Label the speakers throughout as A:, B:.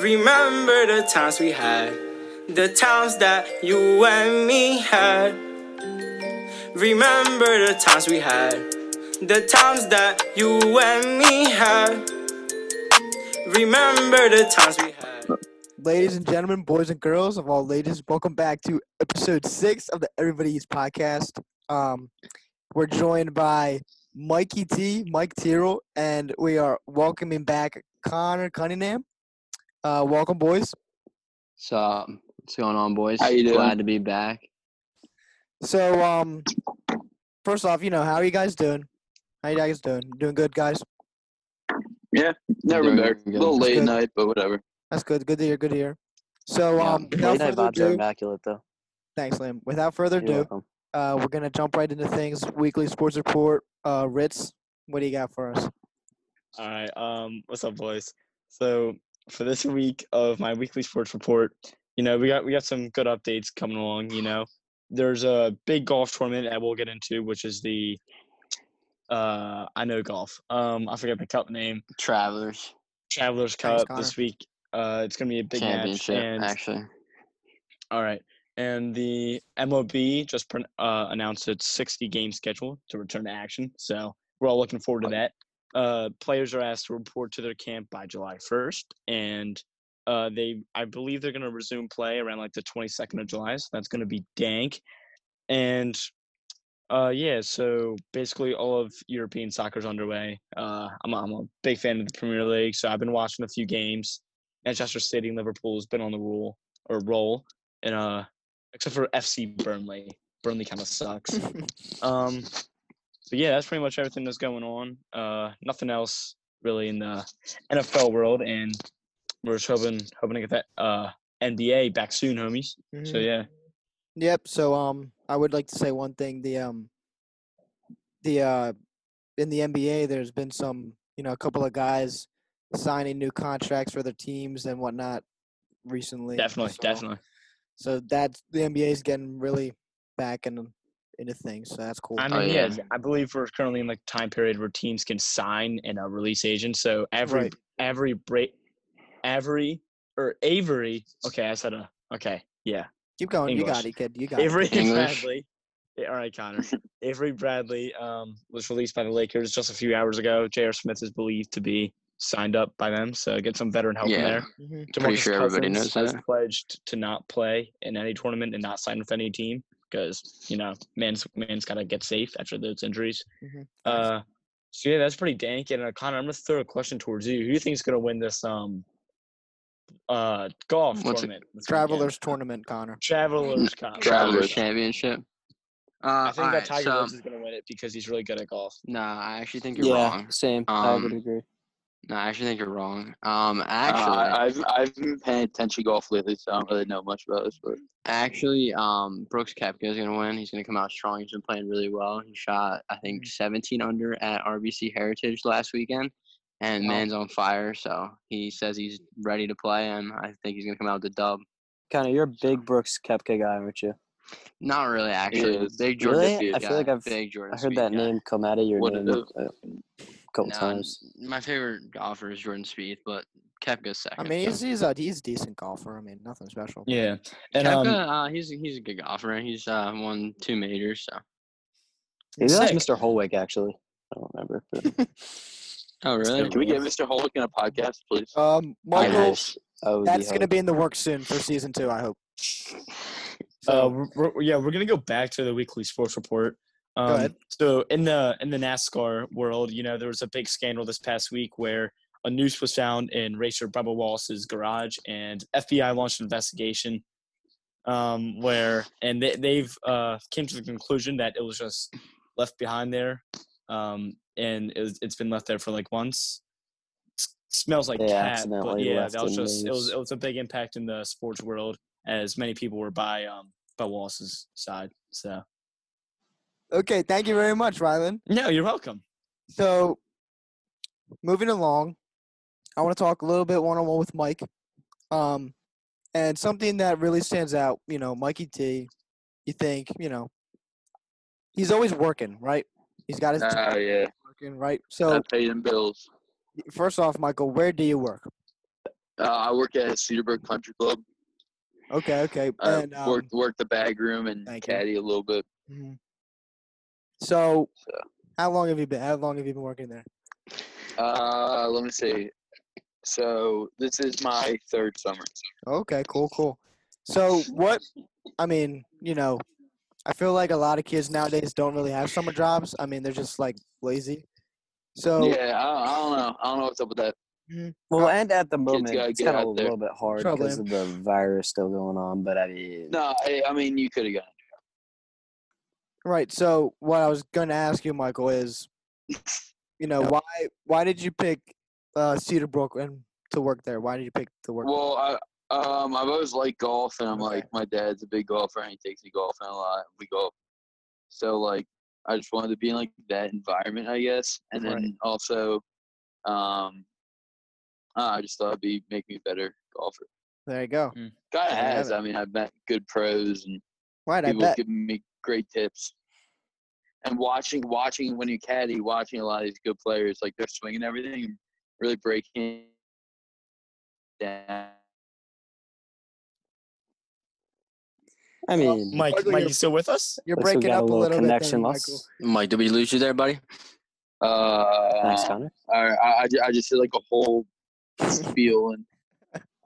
A: Remember the times we had, the times that you and me had. Remember the times we had, the times that you and me had. Remember the times we had.
B: Ladies and gentlemen, boys and girls of all ages, welcome back to episode six of the Everybody's podcast. Um, we're joined by Mikey T, Mike Tyrrell, and we are welcoming back Connor Cunningham. Uh, welcome, boys.
C: So, um, what's going on, boys?
D: How you doing?
C: Glad to be back.
B: So, um, first off, you know, how are you guys doing? How you guys doing? Doing good, guys.
D: Never
C: Doing
D: been better. A
C: good.
D: little late
B: Good.
D: night, but whatever.
B: That's good. Good to hear. Good to hear. So,
C: Yeah,
B: um,
C: late
B: without
C: night
B: further
C: vibes are
B: ado,
C: immaculate, though.
B: thanks, Liam. Without further
C: You're
B: ado,
C: welcome.
B: Uh, we're gonna jump right into things. Weekly sports report. Uh, Ritz, what do you got for us?
E: All right. Um, what's up, boys? So for this week of my weekly sports report, you know, we got we got some good updates coming along. You know, there's a big golf tournament that we'll get into, which is the uh, I know golf. Um, I forget the cup name,
C: Travelers
E: Travelers
B: Thanks,
E: Cup this week. Uh, it's gonna be a big match.
C: Championship,
E: And
C: actually.
E: all right, and the MLB just pron- uh, announced its 60 game schedule to return to action. So we're all looking forward to that. Uh, players are asked to report to their camp by July 1st, and uh, they, I believe, they're going to resume play around like the 22nd of July. So that's going to be dank. And uh, yeah, so basically all of European soccer's underway. Uh, I'm, a, I'm a big fan of the Premier League, so I've been watching a few games. Manchester City and Liverpool has been on the rule or roll, and uh, except for FC Burnley, Burnley kind of sucks.
C: Mm-hmm.
E: Um, so yeah, that's pretty much everything that's going on. Uh, nothing else really in the NFL world, and we're just hoping hoping to get that uh NBA back soon, homies. So
C: Mm-hmm.
B: Mhm.
E: yeah,
B: Yep. So um, I would like to say one thing. The um, the uh, in the NBA, there's been some, you know, a couple of guys signing new contracts for their teams and whatnot recently.
E: definitely,
B: so,
E: definitely.
B: So that's the NBA's getting really back in into things. So that's cool.
E: I
C: Oh,
E: mean,
C: yeah.
E: yeah. I believe we're currently in like time period where teams can sign and a release agent. So every
B: Right.
E: every break, every or Avery. Okay, I said a okay. Yeah,
B: Keep going. You got
E: English.
B: it, kid. You got
E: Avery
C: English.
E: Bradley. Yeah, all right, Connor. Avery Bradley um, was released by the Lakers just a few hours ago. J.R. Smith is believed to be signed up by them, so get some veteran help in
C: Yeah.
E: there.
B: it. hmm
C: Pretty sure everybody
E: Cousins
C: knows
E: has
C: that.
E: pledged to not play in any tournament and not sign with any team because you know man's man's got to get safe after those injuries.
B: Mhm.
E: Uh, so yeah, that's pretty dank. And uh, Connor, I'm gonna throw a question towards you. Who do you think's gonna win this um uh golf
C: What's it-
E: tournament? this weekend?
B: Travelers tournament, Connor.
E: Travelers Cup.
C: Travelers
D: Travelers.
C: Championship. Uh,
E: I think that
C: alright,
E: Tiger
C: so,
E: Woods is going to win it because he's really good at golf.
C: Nah, I actually think you're wrong.
F: same.
C: I
F: I
C: would
F: would
C: Um,
F: agree.
C: No, I actually think you're wrong. Um,
D: Uh,
C: actually,
D: I've I've been paying attention to golf lately, so I don't really know much about this. But
C: Actually, um, Brooks Koepka is gonna win. He's gonna come out strong. He's been playing really well. He shot, I think, 17 under at RBC Heritage last weekend, and
F: Wow.
C: man's on fire. So he says he's ready to play, and I think he's gonna come out with a dub.
F: Connor, you're a big Brooks Kepka guy, aren't you?
C: Not really, actually.
D: is.
C: Big Jordan.
F: Really?
C: Speed
F: I feel
C: guy.
F: like I've-
C: big Jordan.
F: I heard
C: Speed
F: that
C: guy.
F: name come out of your
D: What it
F: name
D: is.
F: a couple
C: Nah,
F: times.
C: My favorite golfer is Jordan Speed, but Koepka's second.
B: I mean, he's
C: so.
B: he's a he's a decent golfer. I mean, nothing special.
E: Yeah, um,
C: Koepka, uh, he's he's a good golfer. He's uh, won two majors. So.
F: Maybe that
E: sick.
F: was Mr. Holwick, actually. I don't remember. But
C: Oh, really?
D: can we get Mr. Holick on a podcast, please?
B: Um, Michael,
F: Yes, I would be
B: that's going to
F: hyped.
B: be in the works soon for season two, I hope.
E: Uh,
B: So,
C: Oh.
E: we're, we're- yeah, we're gonna go back to the weekly sports report. Um,
B: ahead.
E: So in the in the NASCAR world, you know, there was a big scandal this past week where a noose was found in racer Bubba Wallace's garage, and FBI launched an investigation. Um, where and they, they've uh, came to the conclusion that it was just left behind there, um, and it was, it's been left there for like months. S- smells like
F: They
E: cat, but
F: accidentally
E: yeah,
F: left
E: that was
F: a
E: just it was
F: noose.
E: it was a big impact in the sports world as many people were by um by Wallace's side. So
B: okay, thank you very much, Rylan.
E: no, you're welcome.
B: So, moving along, I want to talk a little bit one on one with Mike. Um, and something that really stands out, you know, Mikey T, you think, you know, he's always working, right? He's got his team
D: Oh yeah,
B: working, right? So,
D: I pay them bills.
B: first off, Michael, where do you work?
D: Uh, I work at Cedarburg Country Club.
B: Okay, okay.
D: I
B: and um,
D: worked worked the bag room and
B: thank you.
D: caddy a little bit.
B: mhm. so,
D: So.
B: how long have you been? How long have you been working there?
D: Uh, let me see. So this is my third summer.
B: Okay, cool, cool. So what? I mean, you know, I feel like a lot of kids nowadays don't really have summer jobs. I mean, they're just like lazy. So Mm.
D: yeah, I, I don't know. I don't know what's up with that.
A: Well, and at the moment,
D: gotta
A: it's
D: get
A: kind of
D: out
A: a
D: there.
A: little bit hard
B: Trouble
A: because
B: him.
A: of the virus still going on. But I mean,
D: No, I, I mean you could have gotten.
B: right. So what I was going to ask you, Michael, is, you know,
A: Yep.
B: why why did you pick uh, Cedarbrook and to work there? Why did you pick to work?
D: Well, I um I've always liked golf, and I'm
B: Okay.
D: like my dad's a big golfer, and he takes me golfing a lot. We golf, so like I just wanted to be in like that environment, I guess, and then
B: Right.
D: also, um, uh, I just thought it'd be make me a better golfer.
B: there you go.
D: Kind of
B: There you have
D: has.
B: it.
D: I mean, I've met good pros and
B: Right, I
D: people
B: bet.
D: giving me great tips. And watching, watching when you caddy, watching a lot of these good players, like they're swinging everything, and really breaking down.
A: I mean,
E: Mike,
B: Michael,
E: Mike,
B: you're-
E: you still with us?
B: You're
A: looks like we
B: breaking
A: got
B: up a little bit there,
A: connection
B: Michael.
A: loss.
C: Mike, did we lose you there, buddy?
D: Uh,
A: Thanks, Connor.
D: I, I, I ju- I just did like a whole spiel, and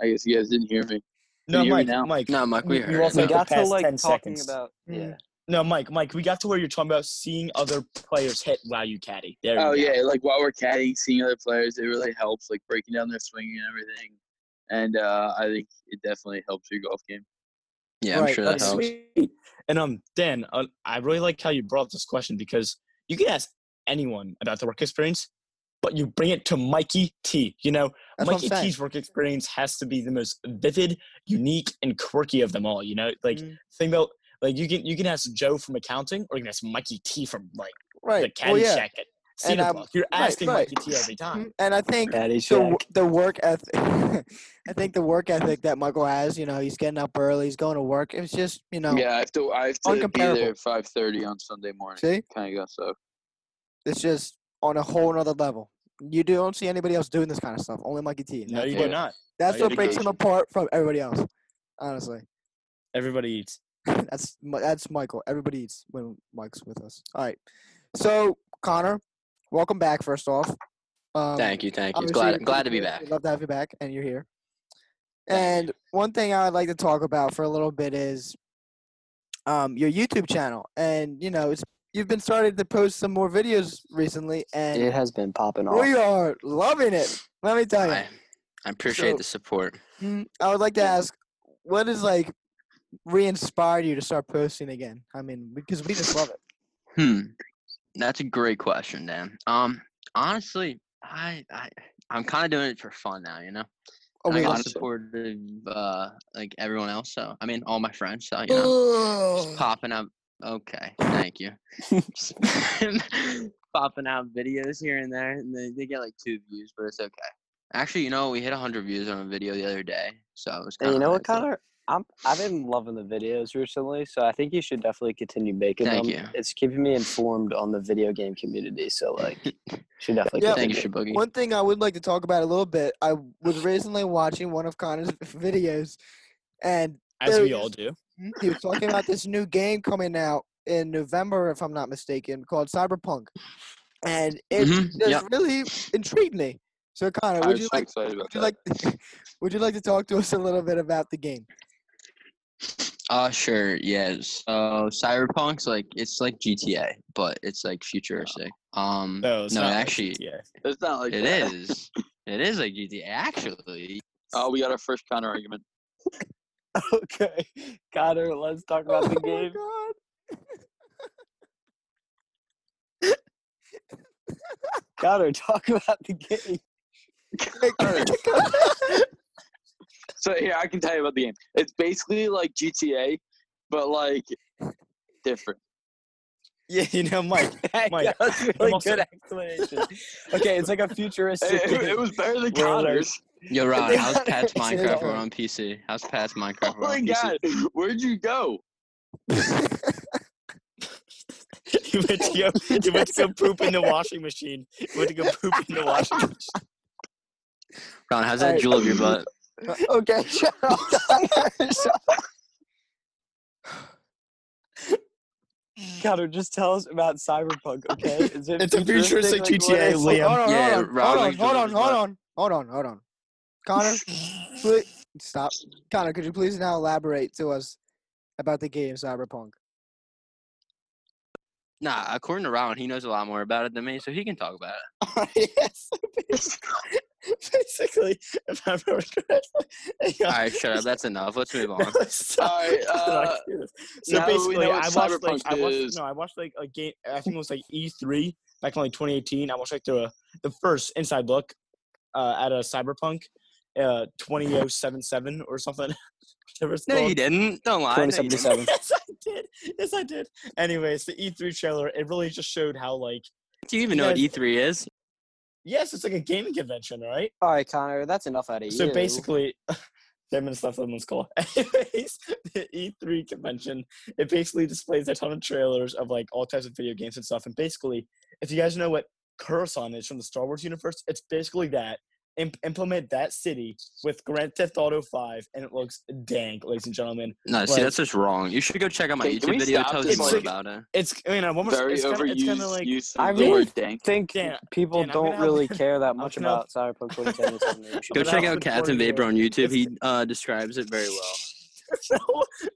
D: I guess you guys didn't hear me.
E: No,
D: you hear me
E: Mike.
D: now?
E: Mike.
C: No, Mike, we
E: You-
C: heard.
E: you
C: it.
E: also
A: We
E: Like the
A: got to
E: past
A: like
E: 10
A: talking
E: seconds.
A: about
B: Mm.
A: yeah.
E: No, Mike. Mike, we got to where you're talking about seeing other players hit while you caddy. There.
D: Oh
E: you go.
D: yeah, like while we're caddying, seeing other players, it really helps, like breaking down their swing and everything. And uh, I think it definitely helps your golf game.
C: yeah, I'm
B: Right,
C: sure that
E: That's
C: helps.
E: sweet. And um, Dan, uh, I really like how you brought up this question because you can ask anyone about their work experience, but you bring it to Mikey T. You know,
B: That's what I'm
E: Mikey
B: saying.
E: T's work experience has to be the most vivid, unique, and quirky of them all. You know, like
B: Mhm.
E: think about like you can you can ask Joe from accounting, or you can ask Mikey T from like the
B: Right. Well,
E: caddy
B: yeah.
E: shack at
B: And,
E: Cedar
B: um,
E: Bluff. You're
B: right,
E: asking
B: right.
E: Mikey T every time.
B: Mhm. And I think
A: Caddy
B: the
A: check.
B: wo- the work ethic, I think the work ethic that Michael has, you know, he's getting up early, he's going to work. It's just, you know,
D: Yeah, I have to. I have to be
B: Uncomparable.
D: there at five thirty on Sunday morning.
B: see,
D: Kind of got so.
B: it's just on a whole nother level. You don't see anybody else doing this kind of stuff. Only Mikey T. and
E: No,
B: that's
E: you
B: what,
E: do not.
B: that's
E: no,
B: what breaks him
D: dedication.
B: apart from everybody else. Honestly,
E: Everybody eats.
B: that's Mi- that's Michael. Everybody eats when Mike's with us. All right. So Connor, welcome back. First off, um,
C: Thank you, thank you.
B: obviously
C: It's glad
B: you're
C: glad to
B: here.
C: be back.
B: We'd love to have you back, and you're here.
C: Thank
B: And one thing I would like to talk about for a little bit is um, your YouTube channel. And you know, it's you've been started to post some more videos recently, and
A: It has been popping off.
B: we are loving it. Let me tell you.
C: I, I appreciate
B: So-
C: the support.
B: Mm, I would like to ask, what is like re-inspired you to start posting again? I mean, because we just love it.
C: Hmm. That's a great question, Dan. Um, honestly, I I I'm kind of doing it for fun now, you know.
B: Oh,
C: And I
B: we
C: got
B: love
D: honestly.
C: support of uh like everyone else, so I mean all my friends, so you know, just
B: it.
C: popping up. Okay, thank you. Just popping out videos here and there, and they, they get like two views, but it's okay. Actually, you know, we hit 100 views on a video the other day, so it was kind
A: And
C: of
A: you know what, Connor? I'm I've been loving the videos recently, so I think you should definitely continue making
C: Thank
A: them.
C: you.
A: It's keeping me informed on the video game community, so like should definitely
B: Yeah.
C: Thank
A: continue.
C: you, Shibugi.
B: One thing I would like to talk about a little bit. I was recently watching one of Connor's videos, and
E: As
B: There
E: we
B: it
E: all
B: is.
E: do.
B: Mhm. He was talking about this new game coming out in November, if I'm not mistaken, called Cyberpunk, and it
C: Mhm,
B: just
C: yep.
B: really intrigued me. So, Connor,
D: I
B: would
D: was
B: you
D: so
B: like
D: excited about
B: would you
D: that.
B: like would you like to talk to us a little bit about the game?
C: Uh sure, yeah. So Cyberpunk's like it's like GTA, but it's like futuristic. Um
E: No, it's
C: no,
E: not
C: actually
E: Yeah.
D: It's not like
C: it
D: that.
C: is. It is like GTA actually.
D: Oh, we got our first counter argument.
A: Okay. Connor, let's talk about the game.
B: Oh
A: Connor, talk about the game.
B: my God!
D: So here, I can tell you about the game. It's basically like GTA, but like different.
E: Yeah, you know, Mike.
A: That
E: Mike,
A: was really
E: also-
A: good explanation. Okay, it's like a futuristic.
D: It, it- it
A: game.
D: was better than
A: We're like-
D: Connor's.
C: Yo Ron,
A: They
C: how's
A: got
C: Pat's
A: it to
C: Minecraft
A: the-
C: run on PC? How's Pat's Minecraft
D: Oh
C: run
D: my
C: on PC?
D: god, where'd you go?
E: you went to go. You went to go poop in the washing machine. You went to go poop in the washing machine.
C: Ron, how's
B: All
C: that
B: right.
C: jewel of your butt?
A: okay, shut up. Connor, just tell us about Cyberpunk, okay? Is it
E: It's a futuristic
A: like, what
E: GTA,
A: is-
E: Liam.
B: Hold on,
D: Yeah,
B: hold on,
D: Robin
B: hold on, hold
D: George left.
B: on, hold on, hold on, hold on. Connor, please stop. Connor, could you please now elaborate to us about the game Cyberpunk?
C: Nah, according to Rowan, he knows a lot more about it than me, so he can talk about it.
E: yes, basically, if I remember correctly. Hang on.
C: All right, shut up. That's enough. Let's move on.
E: Stop.
D: All right, uh,
E: so
D: now we
E: basically,
D: know what
E: I watched like
D: Cyberpunk
E: I watched
D: is.
E: no, I watched like a game. I think it was like E3 back in like 2018. I watched like the the first inside look uh, at a Cyberpunk uh, 20077 or something. Whatever it's
C: No, you
E: called.
C: didn't. Don't lie. No, you didn't.
A: 2077.
E: yes, I did. Yes, I did. Anyways, the E3 trailer it really just showed how like
C: Do you even know what
E: Yes.
C: E3 is?
E: yes, it's like a gaming convention, right?
A: All right, Connor, that's enough out of
E: So
A: you.
E: basically, ten minutes left on this call. Anyways, the E3 convention it basically displays a ton of trailers of like all types of video games and stuff. And basically, if you guys know what Coruscant is from the Star Wars universe, it's basically that. Im- implement that city with Grand Theft Auto 5, and it looks dank, ladies and gentlemen.
C: No, see,
E: Like-
C: that's just wrong. You should go check out my
D: Hey, can
C: YouTube
D: we
C: video. It
D: stop
C: tells
D: this?
C: you more
E: It's
C: about it.
E: It's I mean, I'm almost,
D: Very
E: it's kinda, it's kinda
D: overused
E: like
D: use of
A: I
D: the
A: really
D: word dank.
A: I think
E: Dan-
A: people
E: Dan, I'm
A: don't
E: gonna have-
A: really care that much
E: gonna have-
A: about Cyberpunk 2077.
C: Go
E: But
C: check
E: I
C: out
E: would
C: Cats and
E: warn you,
C: Vapor on YouTube.
E: it's-
C: He uh, describes it very well.
E: no,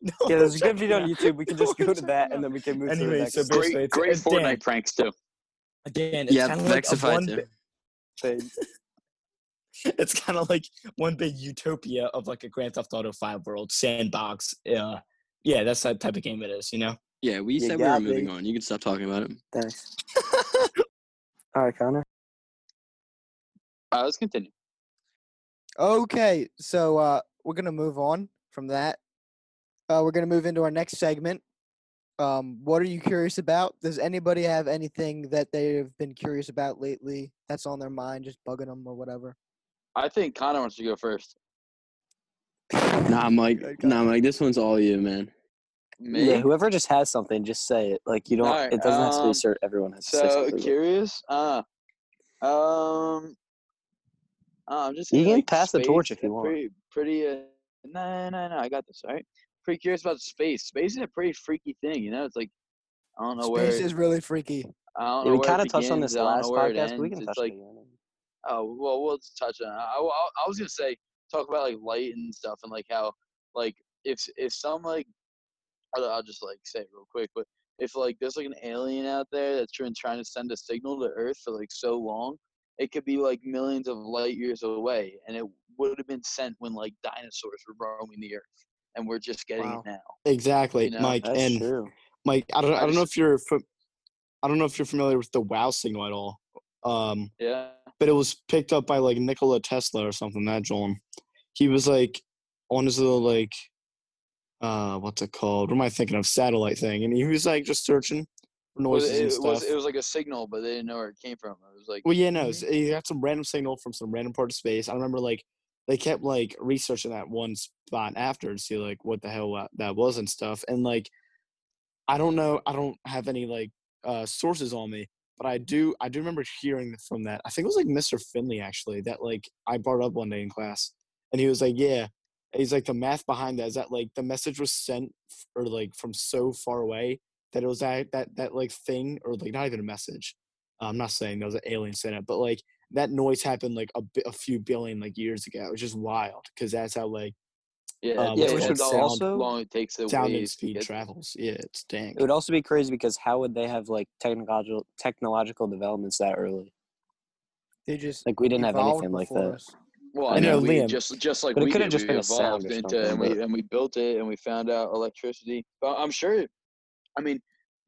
E: no,
A: Yeah, there's a
E: check
A: good video
E: it
A: on
E: out.
A: YouTube. We can
E: No,
A: just go to
E: check
A: that
E: it out.
A: and then we can move to the
E: Anyway,
A: next
E: so
A: thing.
E: basically,
D: Great,
E: it's-
D: great
E: it's Dan.
D: Fortnite pranks too.
E: Again, it's
C: Yeah,
E: kind of like a
C: Vexify
E: one.
C: too.
E: Bi- it's kind of like one big utopia of like a Grand Theft Auto Five world sandbox. Uh, yeah, that's the type of game it is. You know.
C: Yeah, we
A: You
C: said we
A: got
C: were
A: me.
C: moving on. You can stop talking about it.
A: Thanks. All right, Connor.
D: All right, let's continue.
B: Okay, so uh, we're gonna move on from that. Uh, we're gonna move into our next segment. Um, what are you curious about? Does anybody have anything that they've been curious about lately that's on their mind, just bugging them or whatever?
D: I think Connor wants to go first.
C: Nah, I'm like,
B: Good God.
C: nah, I'm like, this one's all you, man.
D: Me?
A: Yeah, whoever just has something, just say it. Like you don't.
D: All right,
A: it doesn't have to be
D: um,
A: cert. Everyone has to say
D: So
A: something.
D: curious. Uh, um, uh, I'm just.
A: You
D: gonna,
A: can
D: like,
A: pass the torch
D: space,
A: if you
D: uh,
A: want.
D: Pretty, pretty. Uh, no, no, no. I got this. All right. Pretty curious about space. Space is a pretty freaky thing. You know, it's like I don't know where.
B: Space is really freaky.
D: I don't
A: Yeah,
D: know
A: we
D: where
A: kind
D: it
A: of touched on
D: begins,
A: this
D: I don't
A: last
D: know where it
A: podcast, but we
D: ends.
A: can
D: It's
A: touch
D: like,
A: on it again.
D: Oh well, we'll just touch on. it. I, I, I was gonna say talk about like light and stuff, and like how like if if some like I'll, I'll just like say it real quick, but if like there's like an alien out there that's been trying to send a signal to Earth for like so long, it could be like millions of light years away, and it would have been sent when like dinosaurs were roaming the Earth, and we're just getting
E: Wow.
D: it now.
E: Exactly,
D: You know,
E: Mike.
A: That's
E: and
A: true.
E: Mike, I don't, I
D: I
E: don't know
D: just-
E: if you're, fa- I don't know if you're familiar with the WOW signal at all. Um,
D: Yeah.
E: but it was picked up by like Nikola Tesla or something. That John, he was like on his little like, uh, what's it called? What am I thinking of? Satellite thing, and he was like just searching for
D: Was
E: noises
D: it,
E: and
D: it
E: stuff.
D: was it was like a signal, but they didn't know where it came from. It was like
E: Well, yeah, no, so he got some random signal from some random part of space. I remember like they kept like researching that one spot after to see like what the hell wa- that was and stuff. And like I don't know, I don't have any like uh sources on me, but I do I do remember hearing from that. I think it was like Mr. Finley actually that like I brought up one day in class, and he was like, yeah. He's like the math behind that is that like the message was sent f- or like from so far away that it was that that that like thing or like not even a message, I'm not saying there was an alien sent it, but like that noise happened like a, bi- a few billion like years ago, which is wild because that's how like
D: yeah,
E: uh,
D: it's
A: Yeah,
E: what's
A: we
E: it
D: like
E: called
A: should
D: how
E: sound,
A: also.
D: long it takes the
E: sound and
D: waves to
E: speed
D: get there.
E: travels. Yeah, it's dang.
A: It would also be crazy because how would they have like technological technological developments that early?
B: They just
A: Like we didn't have
B: evolved
A: anything like
B: before
A: that.
B: us.
D: Well,
A: I
D: I
A: know,
D: mean, we
E: Liam,
D: just just like
A: but it
D: we
A: could have
D: did,
A: just
D: we
A: been a sound
D: evolved
A: or
D: into
A: something,
D: and we and we built it and we found out electricity. But I'm sure, I mean,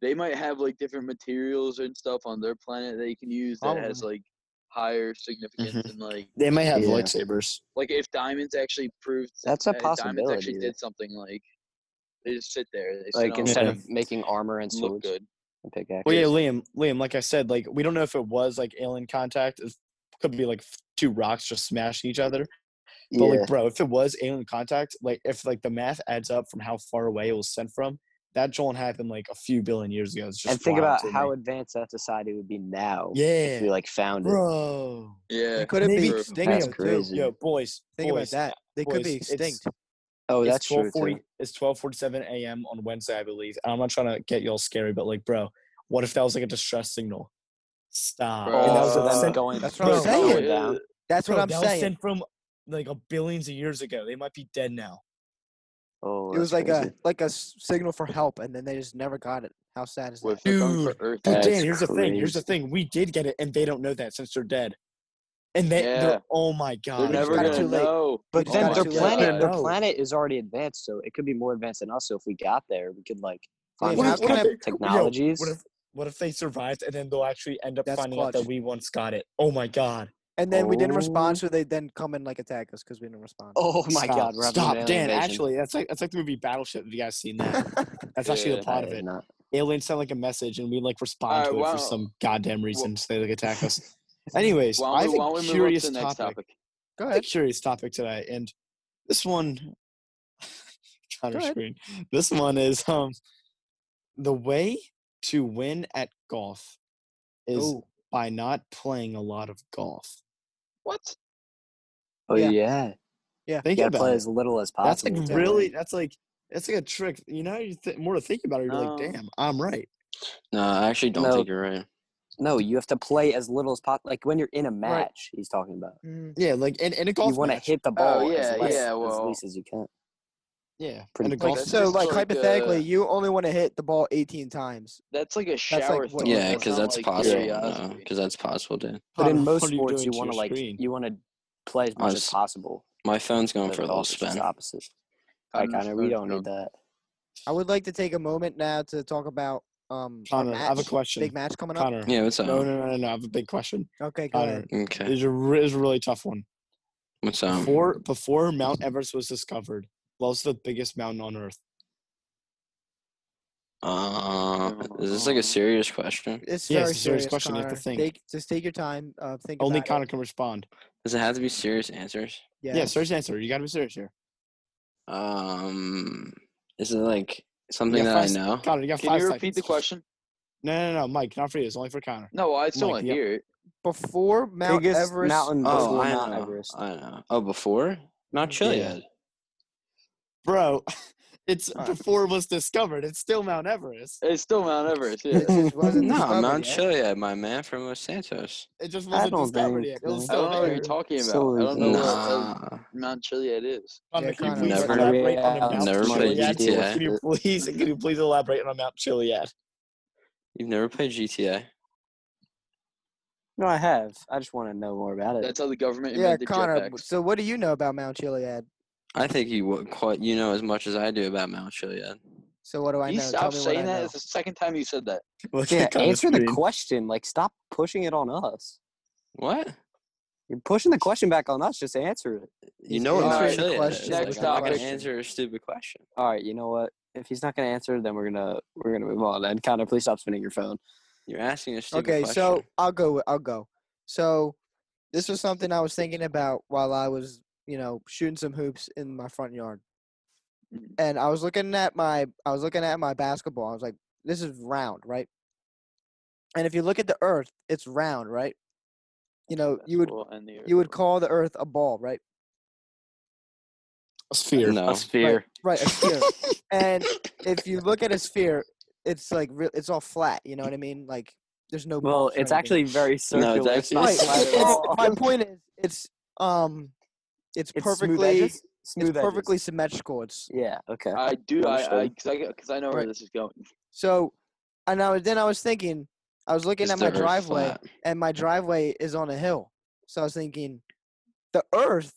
D: they might have like different materials and stuff on their planet that you can use that has like higher significance
A: Mm-hmm.
D: and like
E: They may have
A: Yeah.
E: lightsabers.
D: like if diamonds actually proved
A: That's a
D: uh, diamonds
A: possibility.
D: actually did something like they just sit there they sit
A: Like
D: on
A: instead
E: Yeah.
A: of making armor and
D: and look
A: swords
D: good.
A: and pickaxes.
E: Well, yeah, Liam, Liam, like I said, like we don't know if it was like alien contact. It could be like f- two rocks just smashing each other.
A: yeah.
E: But like, bro, if it was alien contact, like if like the math adds up from how far away it was sent from, that John happened like a few billion years ago. It's just
C: and think
E: wild
C: about
E: to
C: how
E: me.
C: advanced that society would be now if we
E: yeah,
C: like found it.
E: bro.
D: Yeah.
B: They couldn't
E: Maybe-
B: be
D: True.
B: extinct
C: That's
B: though, too.
C: crazy.
E: Yo, boys,
B: Think
E: boys,
B: about that. They could be
E: boys, it's-
B: extinct.
C: Oh,
E: it's
C: that's true.
E: 12:40
C: too.
E: It's twelve forty-seven a.m. on Wednesday, I believe. And I'm not trying to get y'all scary, but like, bro, what if that was like a distress signal? Stop.
D: Bro.
E: And that
C: Oh,
E: was
C: so
E: a
C: them
E: sen-
C: going.
B: That's
E: what I'm
C: them
B: saying.
C: going
D: Yeah.
C: down.
B: That's
E: bro,
B: what I'm
E: that was
B: saying.
E: sent from like a billions of years ago. They might be dead now.
C: Oh,
B: it was
C: that's
B: like
E: uh,
C: crazy.
B: a like a s- signal for help, and then they just never got it. How sad is that?
D: With the coming for
E: Dude,
D: Earth.
E: Dude,
C: That's
E: Dan, here's the thing. Here's the
C: crazy.
E: thing. We did get it, and they don't know that since they're dead. And they,
D: Yeah.
E: they're, oh my
D: They're
E: god,
D: never
B: got it
D: gonna
B: too late.
D: know.
B: But
C: But
D: Oh
C: then
D: my
C: their
D: God.
C: planet, their
E: No.
C: planet is already advanced, so it could be more advanced than us. So if we got there, we could like
B: Yeah,
C: find
B: what
C: out
B: if- what
C: some
B: if-
E: yo,
C: technologies.
E: what if what if they survived, and then they'll actually end up
B: That's
E: finding out
B: clutch.
E: that we once got it? Oh my god.
B: And then we didn't respond,
C: Oh.
B: so they then come and like attack us because we didn't respond.
C: oh my
E: Stop.
C: God, we're having
E: Stop,
C: an alien
E: Dan.
C: invasion.
E: Actually, that's like that's like the movie Battleship. Have you guys seen that? That's actually
D: Yeah.
E: the plot
C: I
E: of
C: have
E: it.
C: not.
E: Aliens send like a message, and we like respond
D: Alright,
E: to it
D: why
E: for
D: don't-
E: some goddamn reason, so they like attack us. Anyways,
D: Why
E: I
D: don't
E: have
D: we, why
E: a
D: don't we move on
E: curious
D: to the next
E: topic.
D: topic?
B: Go
E: I had a
B: ahead.
E: curious topic today, and this one, Connor
B: ahead.
E: screen. This one is um, the way to win at golf is
B: Oh,
E: by not playing a lot of golf.
D: What?
C: Oh
B: Yeah.
C: yeah, you
E: Think
C: gotta
E: about
C: play
E: it.
C: as little as
E: That's
C: possible.
E: like
C: to
E: really.
C: win.
E: That's like that's like a trick. You know, you th- more to think about it, you're
D: No.
C: Uh-huh.
E: like, damn, I'm right.
G: No, I actually don't
C: No.
G: think you're right.
C: No, you have to play as little as possible. Like when you're in a match, he's talking about.
B: mm,
E: Yeah, like in, in a golf
C: You want to
E: match.
C: hit the ball
D: yeah,
C: as, less,
D: yeah,
C: as
D: well,
C: least as you can.
E: Yeah,
C: pretty
E: in a
C: Like,
E: golf.
B: like
D: that's
B: so,
D: just
B: like
D: like,
B: hypothetically,
D: uh,
B: you only want to hit the ball 18 times.
D: That's like a
B: like,
D: shower
B: what-
D: thought.
G: Yeah,
B: that's
G: because
D: not,
G: that's
D: like,
G: possible. No,
D: curiosity.
G: because that's possible, dude.
C: But in
E: Connor,
C: most
E: what are you
C: sports,
E: doing
C: you
E: to
C: want
E: your
C: to like
E: screen?
C: you want to play as much as
G: was-
C: possible.
G: My Oh, phone's going
C: but
G: for a little
C: golf is just
G: spin.
C: opposite. Like I know we don't need that.
B: I would like to take a moment now to talk about um our
E: Connor, I have a
B: match,
E: question.
B: big match coming up.
E: Connor.
G: Yeah, what's up?
E: No, no, no, no, no. I have a big question.
B: Okay, go
E: Connor,
B: ahead.
G: Okay,
E: It's a, re- it's a really tough one.
G: what's up?
E: Before before Mount Everest was discovered, what was the biggest mountain on Earth?
G: Uh,
D: Going
G: is this like a
D: on?
G: serious question?
B: It's
E: Yeah,
B: very
E: it's a serious
B: serious,
E: question, you have to
B: Connor.
E: think.
B: Take, just take your time. Uh, think
E: Only
B: about it.
E: Connor can respond.
G: Does it have to be serious answers?
E: Yeah, serious answer. You got to be serious here.
G: Um, is it like something
E: Yeah,
G: that I
E: fast-
G: know?
E: Connor, you got
D: Can
E: five
D: you repeat
E: seconds.
D: the question?
E: No, no, no, Mike, not for you. It's only for Connor.
D: No, I still
E: Mike,
D: want to
E: yep.
D: hear it.
B: Before Mount
C: Biggest
B: Everest,
C: mountain
G: Oh,
C: before
G: I
C: Mount
G: know.
C: Everest.
G: I know. Oh, before? Not Chiliad.
E: Bro, it's
B: Alright.
E: before it was discovered. It's still Mount Everest.
D: It's still Mount Everest. Yeah.
B: it just wasn't
G: No,
B: discovered
G: Mount
B: yet.
G: Chiliad, my man from Los Santos.
E: It just
C: I
E: wasn't
C: don't
E: discovered
C: think
E: yet. It was
C: so.
D: I don't
E: still
D: know what
E: there.
D: you're talking about.
C: So
D: I don't know
G: Nah.
D: what uh, Mount Chiliad is.
E: Connor,
B: Yeah,
E: can you
B: Connor.
E: please
G: Never-
E: elaborate on a
C: Never
E: Mount
G: played
E: Chiliad?
G: GTA.
E: Can you please can you please elaborate on a Mount Chiliad?
G: You've never played GTA?
C: No, I have. I just want to know more about it.
D: That's how the government
B: Yeah,
D: invented
B: Connor. w-
D: jetpacks.
B: So, what do you know about Mount Chiliad?
G: I think you would quite you know as much as I do about Mount Chiliad.
B: So, what do I
D: You
B: know? Tell
D: stop
B: me what I
D: saying that.
B: know.
D: It's the second time you said that.
E: Look
C: yeah,
E: at Connor's
C: answer the
E: screen.
C: question. Like, stop pushing it on us.
G: What?
C: You're pushing the question back on us. Just answer it.
G: You
B: He's
G: know what Mount
D: answering
B: the
G: Chiliad is.
B: question.
G: Like,
D: Next
G: I'm not gonna
B: question.
G: answer a stupid question.
C: All right. You know what? If he's not gonna answer, then we're gonna we're gonna move on. And Connor, please stop spinning your phone.
G: You're asking a stupid
B: Okay,
G: question.
B: so I'll go. with- I'll go. So, this was something I was thinking about while I was, you know, shooting some hoops in my front yard,
C: Mm.
D: Mhm.
B: and I was looking at my. I was looking at my basketball. I was like, "This is round, right?" And if you look at the Earth, it's round, right? You know, you would
D: We'll end the
B: you would
D: earth.
B: call the Earth a ball, right?
E: A sphere.
G: No.
C: sphere.
B: Right, a sphere. and if you look at a sphere, it's like re- it's all flat. You know what I mean? Like there's no.
C: Well,
B: bumps or
C: it's
B: anything.
C: actually very circular. it's
G: actually-
C: not
B: right.
C: flat
B: it's-
C: at
B: it's-
C: all.
B: my point is, it's um, it's,
C: oh. It's smooth
B: perfectly,
C: edges. Smooth
B: it's
C: edges.
B: perfectly symmetrical. It's
C: Yeah. Okay.
D: I do. I I
C: Understood.
D: because I, 'cause I know where
B: Right.
D: this is going.
B: so, and I was then I was thinking, I was looking
G: Is
B: at
G: the
B: my
G: Earth
B: driveway,
G: flat?
B: and my driveway is on a hill. So I was thinking, the Earth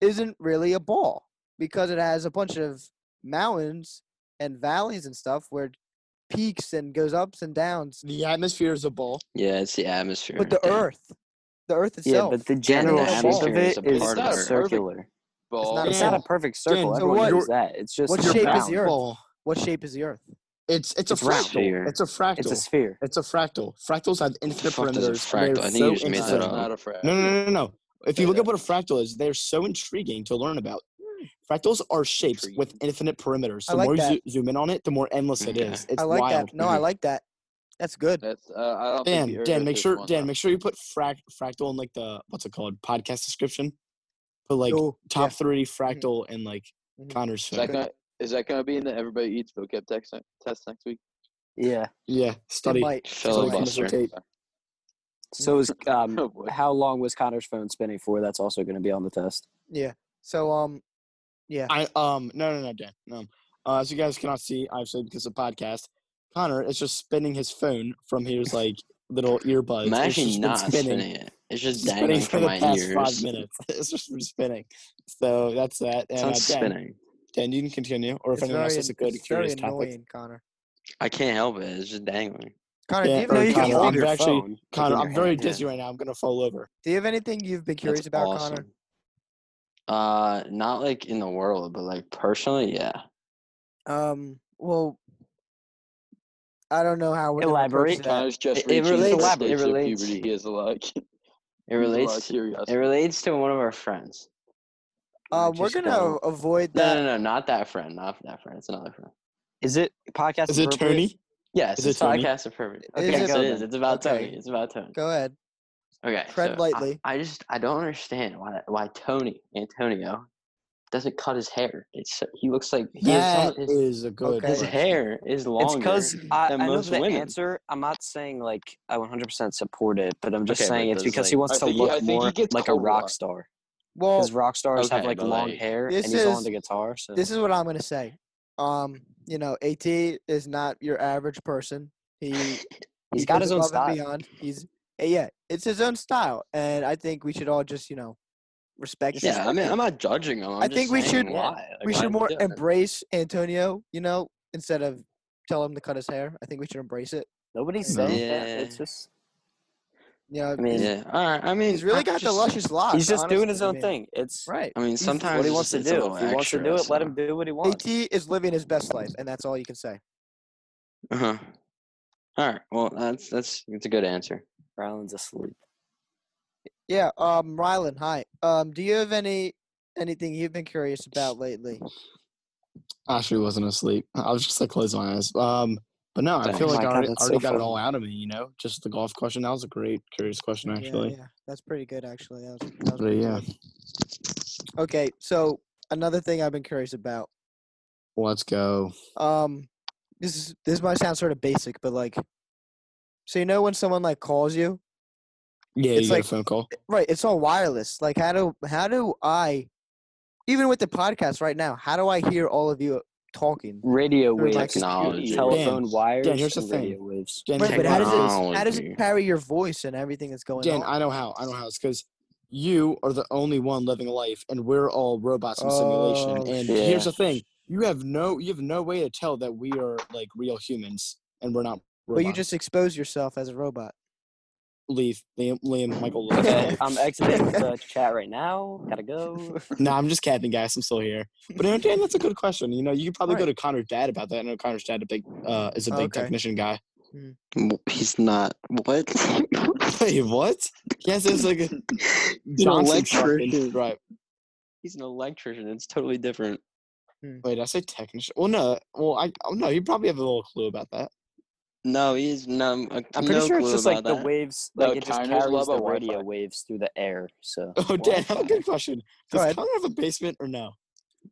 B: isn't really a ball because it has a bunch of mountains and valleys and stuff where it peaks and goes ups and downs.
E: The atmosphere is a ball.
G: Yeah, it's the atmosphere.
B: But the
G: yeah.
B: Earth, the Earth
C: Yeah,
B: itself.
C: but the general
B: the
C: shape
B: atmosphere
C: of
G: is
C: it
G: a
C: is
G: part
D: of it.
C: circular.
D: Ball.
B: not a
C: It's not a
E: Dan,
C: perfect circle.
E: so
C: Everyone
B: what-
C: knows that. It's just
B: what
C: it's
B: shape is
C: round.
B: the Earth?
E: ball.
B: what shape is the Earth?
E: It's it's a
C: It's round.
E: fractal. It's a fractal.
C: It's a sphere.
E: It's a fractal. Fractals have infinite
G: fuck is a
E: parameters. and
G: fractal?
E: They're
G: I think you
E: so
G: just made that
E: interesting.
D: Not,
G: up.
D: not a frat.
E: No, no, no, no, no. If you
D: Yeah,
E: look
D: yeah.
E: up what a fractal is, they're so intriguing to learn about. Fractals are shapes
D: Tree.
E: with infinite perimeters.
B: Hmm. I
E: The
B: like
E: more you
B: that.
E: zo- zoom in on it, the more endless it is. It's
B: I like
E: wild.
B: that. No, I like that. That's good.
D: That's uh, I don't think
E: Dan,
D: we
E: Dan,
D: earned
E: make
D: this
E: sure
D: one,
E: Dan,
D: though.
E: make sure you put fract, fractal in like the what's it called podcast description. Put like
B: Yo,
E: top
B: yeah. Mm-hmm.
E: three fractal and like
B: Mhm.
E: Connor's
D: Is that
E: favorite.
D: gonna is that gonna be in the everybody eats vocab text ne- test next week?
C: Yeah.
E: Yeah, study.
B: It might. it
E: like
B: might.
D: Filibuster.
E: Mr. Tate.
C: So is um,
D: Oh boy.
C: how long was Connor's phone spinning for? That's also going to be on the test.
B: Yeah. So um, yeah.
E: I um no no no Dan no. Uh, as you guys cannot see, I've said because of podcast, Connor is just spinning his phone from his like little earbuds.
G: I'm
E: It's
G: actually
E: just been
G: not spinning. it. It's just
E: It's
G: dangling
E: spinning
G: from
E: for the
G: my
E: past
G: ears.
E: five minutes. It's just been spinning. So that's that.
G: It's
E: And uh,
G: not
E: Dan,
G: spinning.
E: Dan, you can continue, or if
B: It's
E: anyone else
B: very
E: has a
B: an-
E: good
B: it's very
E: curious topic.
B: annoying, Connor.
G: I can't help it. It's just dangling.
B: Connor, do
E: Yeah,
B: you have
E: or
C: No,
B: anything
C: you
E: Connor,
C: can't
B: else-
C: leave
E: I'm
C: your
E: actually-
C: phone. Like, in
E: Connor,
C: your
E: I'm very
C: hand, yeah.
E: dizzy right now. I'm gonna fall over.
B: Do you have anything you've been curious
G: That's
B: about,
G: awesome.
B: Connor?
G: Uh, not like in the world, but like personally, yeah.
B: Um, well, I don't know how we're gonna approach
C: Elaborate.
B: that.
D: Connor's just
G: It- it
D: reaching the
G: relates-
D: first
G: it
D: stage of
G: relates-
D: puberty. He has a lot. He has
G: It
D: a lot
G: relates.
D: of
G: To, it
D: curiosity.
G: relates to one of our friends. I
B: Um, we're
G: just
B: gonna
G: don't-
B: avoid
G: No,
B: that.
G: no, no, not that friend. Not that friend. It's another friend.
C: Is it podcast?
E: Is it
C: appropriate?
E: Tony?
G: Yes,
E: Is
G: it's
E: it Tony?
G: podcast appropriate.
B: Is
G: Okay, yes,
C: it-
G: it is. It's about
B: Okay.
G: Tony. It's about Tony.
B: Go ahead.
G: Okay,
B: Tread
G: so I-
B: lightly.
G: I, just I don't understand why why Tony Antonio doesn't cut his hair. It's so- he looks like he has some,
E: That
G: his,
E: is a good.
B: Okay.
G: his
E: question.
G: hair is
C: It's
G: longer.
C: because I, I
G: than
C: know
G: most
C: the
G: women.
C: answer. I'm not saying like I 100% support it, but I'm just
G: Okay, but
C: saying it's
G: does,
C: because he
G: like-
C: wants
D: I
C: to
D: think he- I
C: look
D: think he
C: more
D: gets
C: like a
D: cold a
C: rock
D: lot.
C: star.
B: Well,
C: Because rock stars have
G: Okay,
C: like
G: but,
C: long
G: like,
C: hair, and
B: this
C: he's on
B: is-
C: the guitar. So
B: this is what I'm gonna say. Um, you know, At is not your average person. He
C: he's
B: he
C: got
B: goes
C: his own
B: above
C: style.
B: and beyond. He's eh, yeah, it's his own style, and I think we should all just you know respect. his
G: yeah, I mean,
B: style.
G: I'm not judging him. I'm
B: I
G: just
B: think we
G: saying
B: should-
G: why.
C: uh,
G: Like,
B: we
G: why
B: should
G: is he
B: more
G: doing it?
B: embrace Antonio. You know, instead of tell him to cut his hair. I think we should embrace it.
C: Nobody's
E: No.
C: saying that. It's
G: Yeah.
C: just
B: You know,
C: I mean,
B: he's,
G: Yeah. All right. I mean,
B: he's really
G: I'm
B: got the
G: just-
B: luscious locks.
C: he's just doing his
B: honestly, I
C: own
B: mean.
C: thing. It's
B: Right.
G: I mean, sometimes
C: what he
G: it's
C: wants to
G: just- it's a
C: do.
G: little
C: If he wants to
G: extra,
C: do it, let
G: so-
C: him do what he
B: At
C: wants.
B: is living his best life, and that's all you can say.
G: Uh-huh. All right. Well, that's that's it's a good answer.
C: Rylan's asleep.
B: Yeah. Um, Rylan, hi. Um, do you have any anything you've been curious about lately?
E: Ashley wasn't asleep. I was just like closed my eyes. Um, but no, I
G: Thanks.
E: feel
C: Oh my
E: like I
C: God,
E: already,
C: that's
E: already
C: so
E: got it
C: funny.
E: all out of me. You know, just the golf question. That was a great curious question, actually.
B: Yeah, yeah. That's pretty good, actually. That was, that was
E: But
B: pretty
E: yeah,
B: good. Okay, so another thing I've been curious about.
E: let's go.
B: Um, this is this might sound sort of basic, but like, so you know when someone like calls you,
E: Yeah,
B: It's
E: you
B: like-
E: get a phone call.
B: right it's all wireless like how do how do i even with the podcast right now how do i hear all of you talking
C: Radio
B: Through my
C: waves,
G: Technology.
C: telephone wires,
E: here's the
C: and
E: thing.
C: radio waves.
E: Dan,
B: right
E: here's
B: but
E: the
B: how
E: thing.
B: does it how does
G: Technology.
B: it carry your voice and everything that's going
E: Dan,
B: on
E: I know how. I know how. It's because you are the only one living life, and we're all robots in
B: Oh,
E: simulation. And here's
G: yeah.
E: the thing: you have no, you have no way to tell that we are like real humans, and we're not.
B: but you
E: robots.
B: just expose yourself as a robot
E: leave Liam, Liam, Michael.
C: Okay, I'm exiting the chat right now. Gotta go.
E: no, I'm just capping, guys. I'm still here. But you know, Dan, that's a good question. You know, you could probably go to Connor's dad about that. I know Connor's dad a big, uh, is a big
B: Okay.
E: technician guy.
G: W- He's not. What?
E: Wait, what? Yes, it's like a
G: He's an
E: Johnson trucking.
G: electrician.
E: Right.
G: He's an electrician. It's totally different.
E: Wait, did I say technician? Well, no. Well, I oh, no. You probably have a little clue about that.
G: No, he's no. uh,
C: I'm pretty
G: no
C: sure it's
G: clue
C: just like
G: about
C: the
G: that.
C: waves,
D: No,
C: like it just
D: Tyner's love
C: carries the
D: about
C: radio
D: Wi-Fi.
C: waves through the air. So
E: Oh, Dan, that's a good question.
B: Go
E: Does
B: ahead.
E: Connor have a basement or no?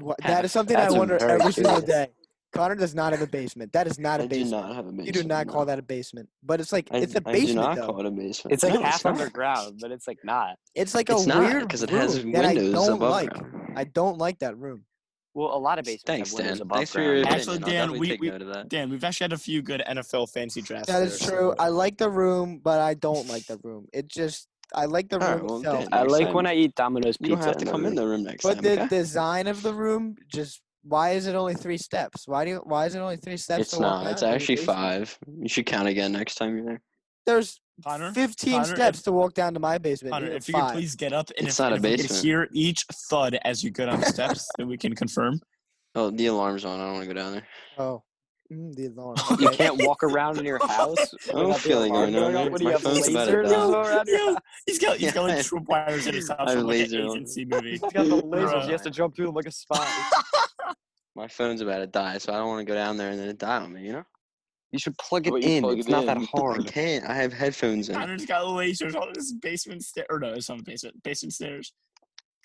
B: Wha- that is something
G: That's
B: i
G: a
B: wonder
G: very
B: every
G: good
B: single
G: one.
B: day connor does not have a basement that is not a
G: I do
B: basement
G: not have a basement.
B: you do not call
G: no.
B: that a basement but it's like
G: I,
B: it's a
G: I do
B: basement
G: not
B: though
G: call it a basement.
C: it's like
G: no,
C: half
G: it's not.
C: underground, but it's like not.
B: it's like a
G: It's not
B: weird
G: because it
B: room
G: has
B: that i
G: windows
B: don't
G: above
B: like
G: ground.
B: i don't like that room
C: Well, a lot of basements
G: Thanks,
C: have windows
G: Dan.
C: above
G: Thanks for
C: ground.
G: your
C: but-
G: opinion.
E: Actually,
G: I'll
E: Dan,
G: definitely
E: we-
G: take
E: we-
G: note of that.
E: Dan, we've actually had a few good NFL fancy drafts.
B: That
E: there,
B: is
E: so-
B: true. I like the room, but I don't like the room. It just I like the
G: All right,
B: room
G: well,
B: itself,
G: Dan,
C: I
G: next
C: like
G: time,
C: when I eat Domino's
G: You
C: pizza.
G: don't have to
C: in the
G: come in
C: room.
G: the room next
B: but
G: time.
B: the
G: okay?
B: design of the room just why is it only three steps? Why do you, why is it only three steps
G: It's
B: to walk
G: not.
B: down
G: It's
B: to your
G: actually
B: basement?
G: five. You should count again next time you're there.
B: There's
E: Connor,
B: fifteen
E: Connor,
B: steps
E: if-
B: to walk down to my basement.
E: Connor,
B: you
E: if
B: have
E: you could
B: five.
E: please get up and
G: It's
E: if,
G: not
E: and
G: a
E: if we could
G: basement.
E: hear each thud as you go down the steps, then we can confirm.
G: Oh, the alarm's on. I don't want to go down there.
B: Oh. Mm, the alarm.
C: You
B: okay.
C: can't walk around in your house.
G: I don't
C: without the
G: feel like
C: alarm
G: going out
C: going off.
G: there.
C: What do you
G: My
C: have?
G: phone's about to
C: Lasers
G: die.
C: going around your
E: Yo,
C: house?
E: he's got he's got
G: Yeah.
E: like trip wires in his
G: I
E: house
G: have
E: from like an
G: laser on.
E: agency movie.
C: He's got the lasers.
E: Bruh.
C: He has to jump through them like a spy.
G: My phone's about to die, so I don't want to go down there and then it die on me. You know?
C: You should plug it
D: But you
C: in.
D: plug
C: It's
D: it
C: not
D: in.
C: that
D: You
G: I
C: hard.
G: can't. I have headphones in.
E: Connor's got lasers on his basement stair or no, it's on the basement basement stairs.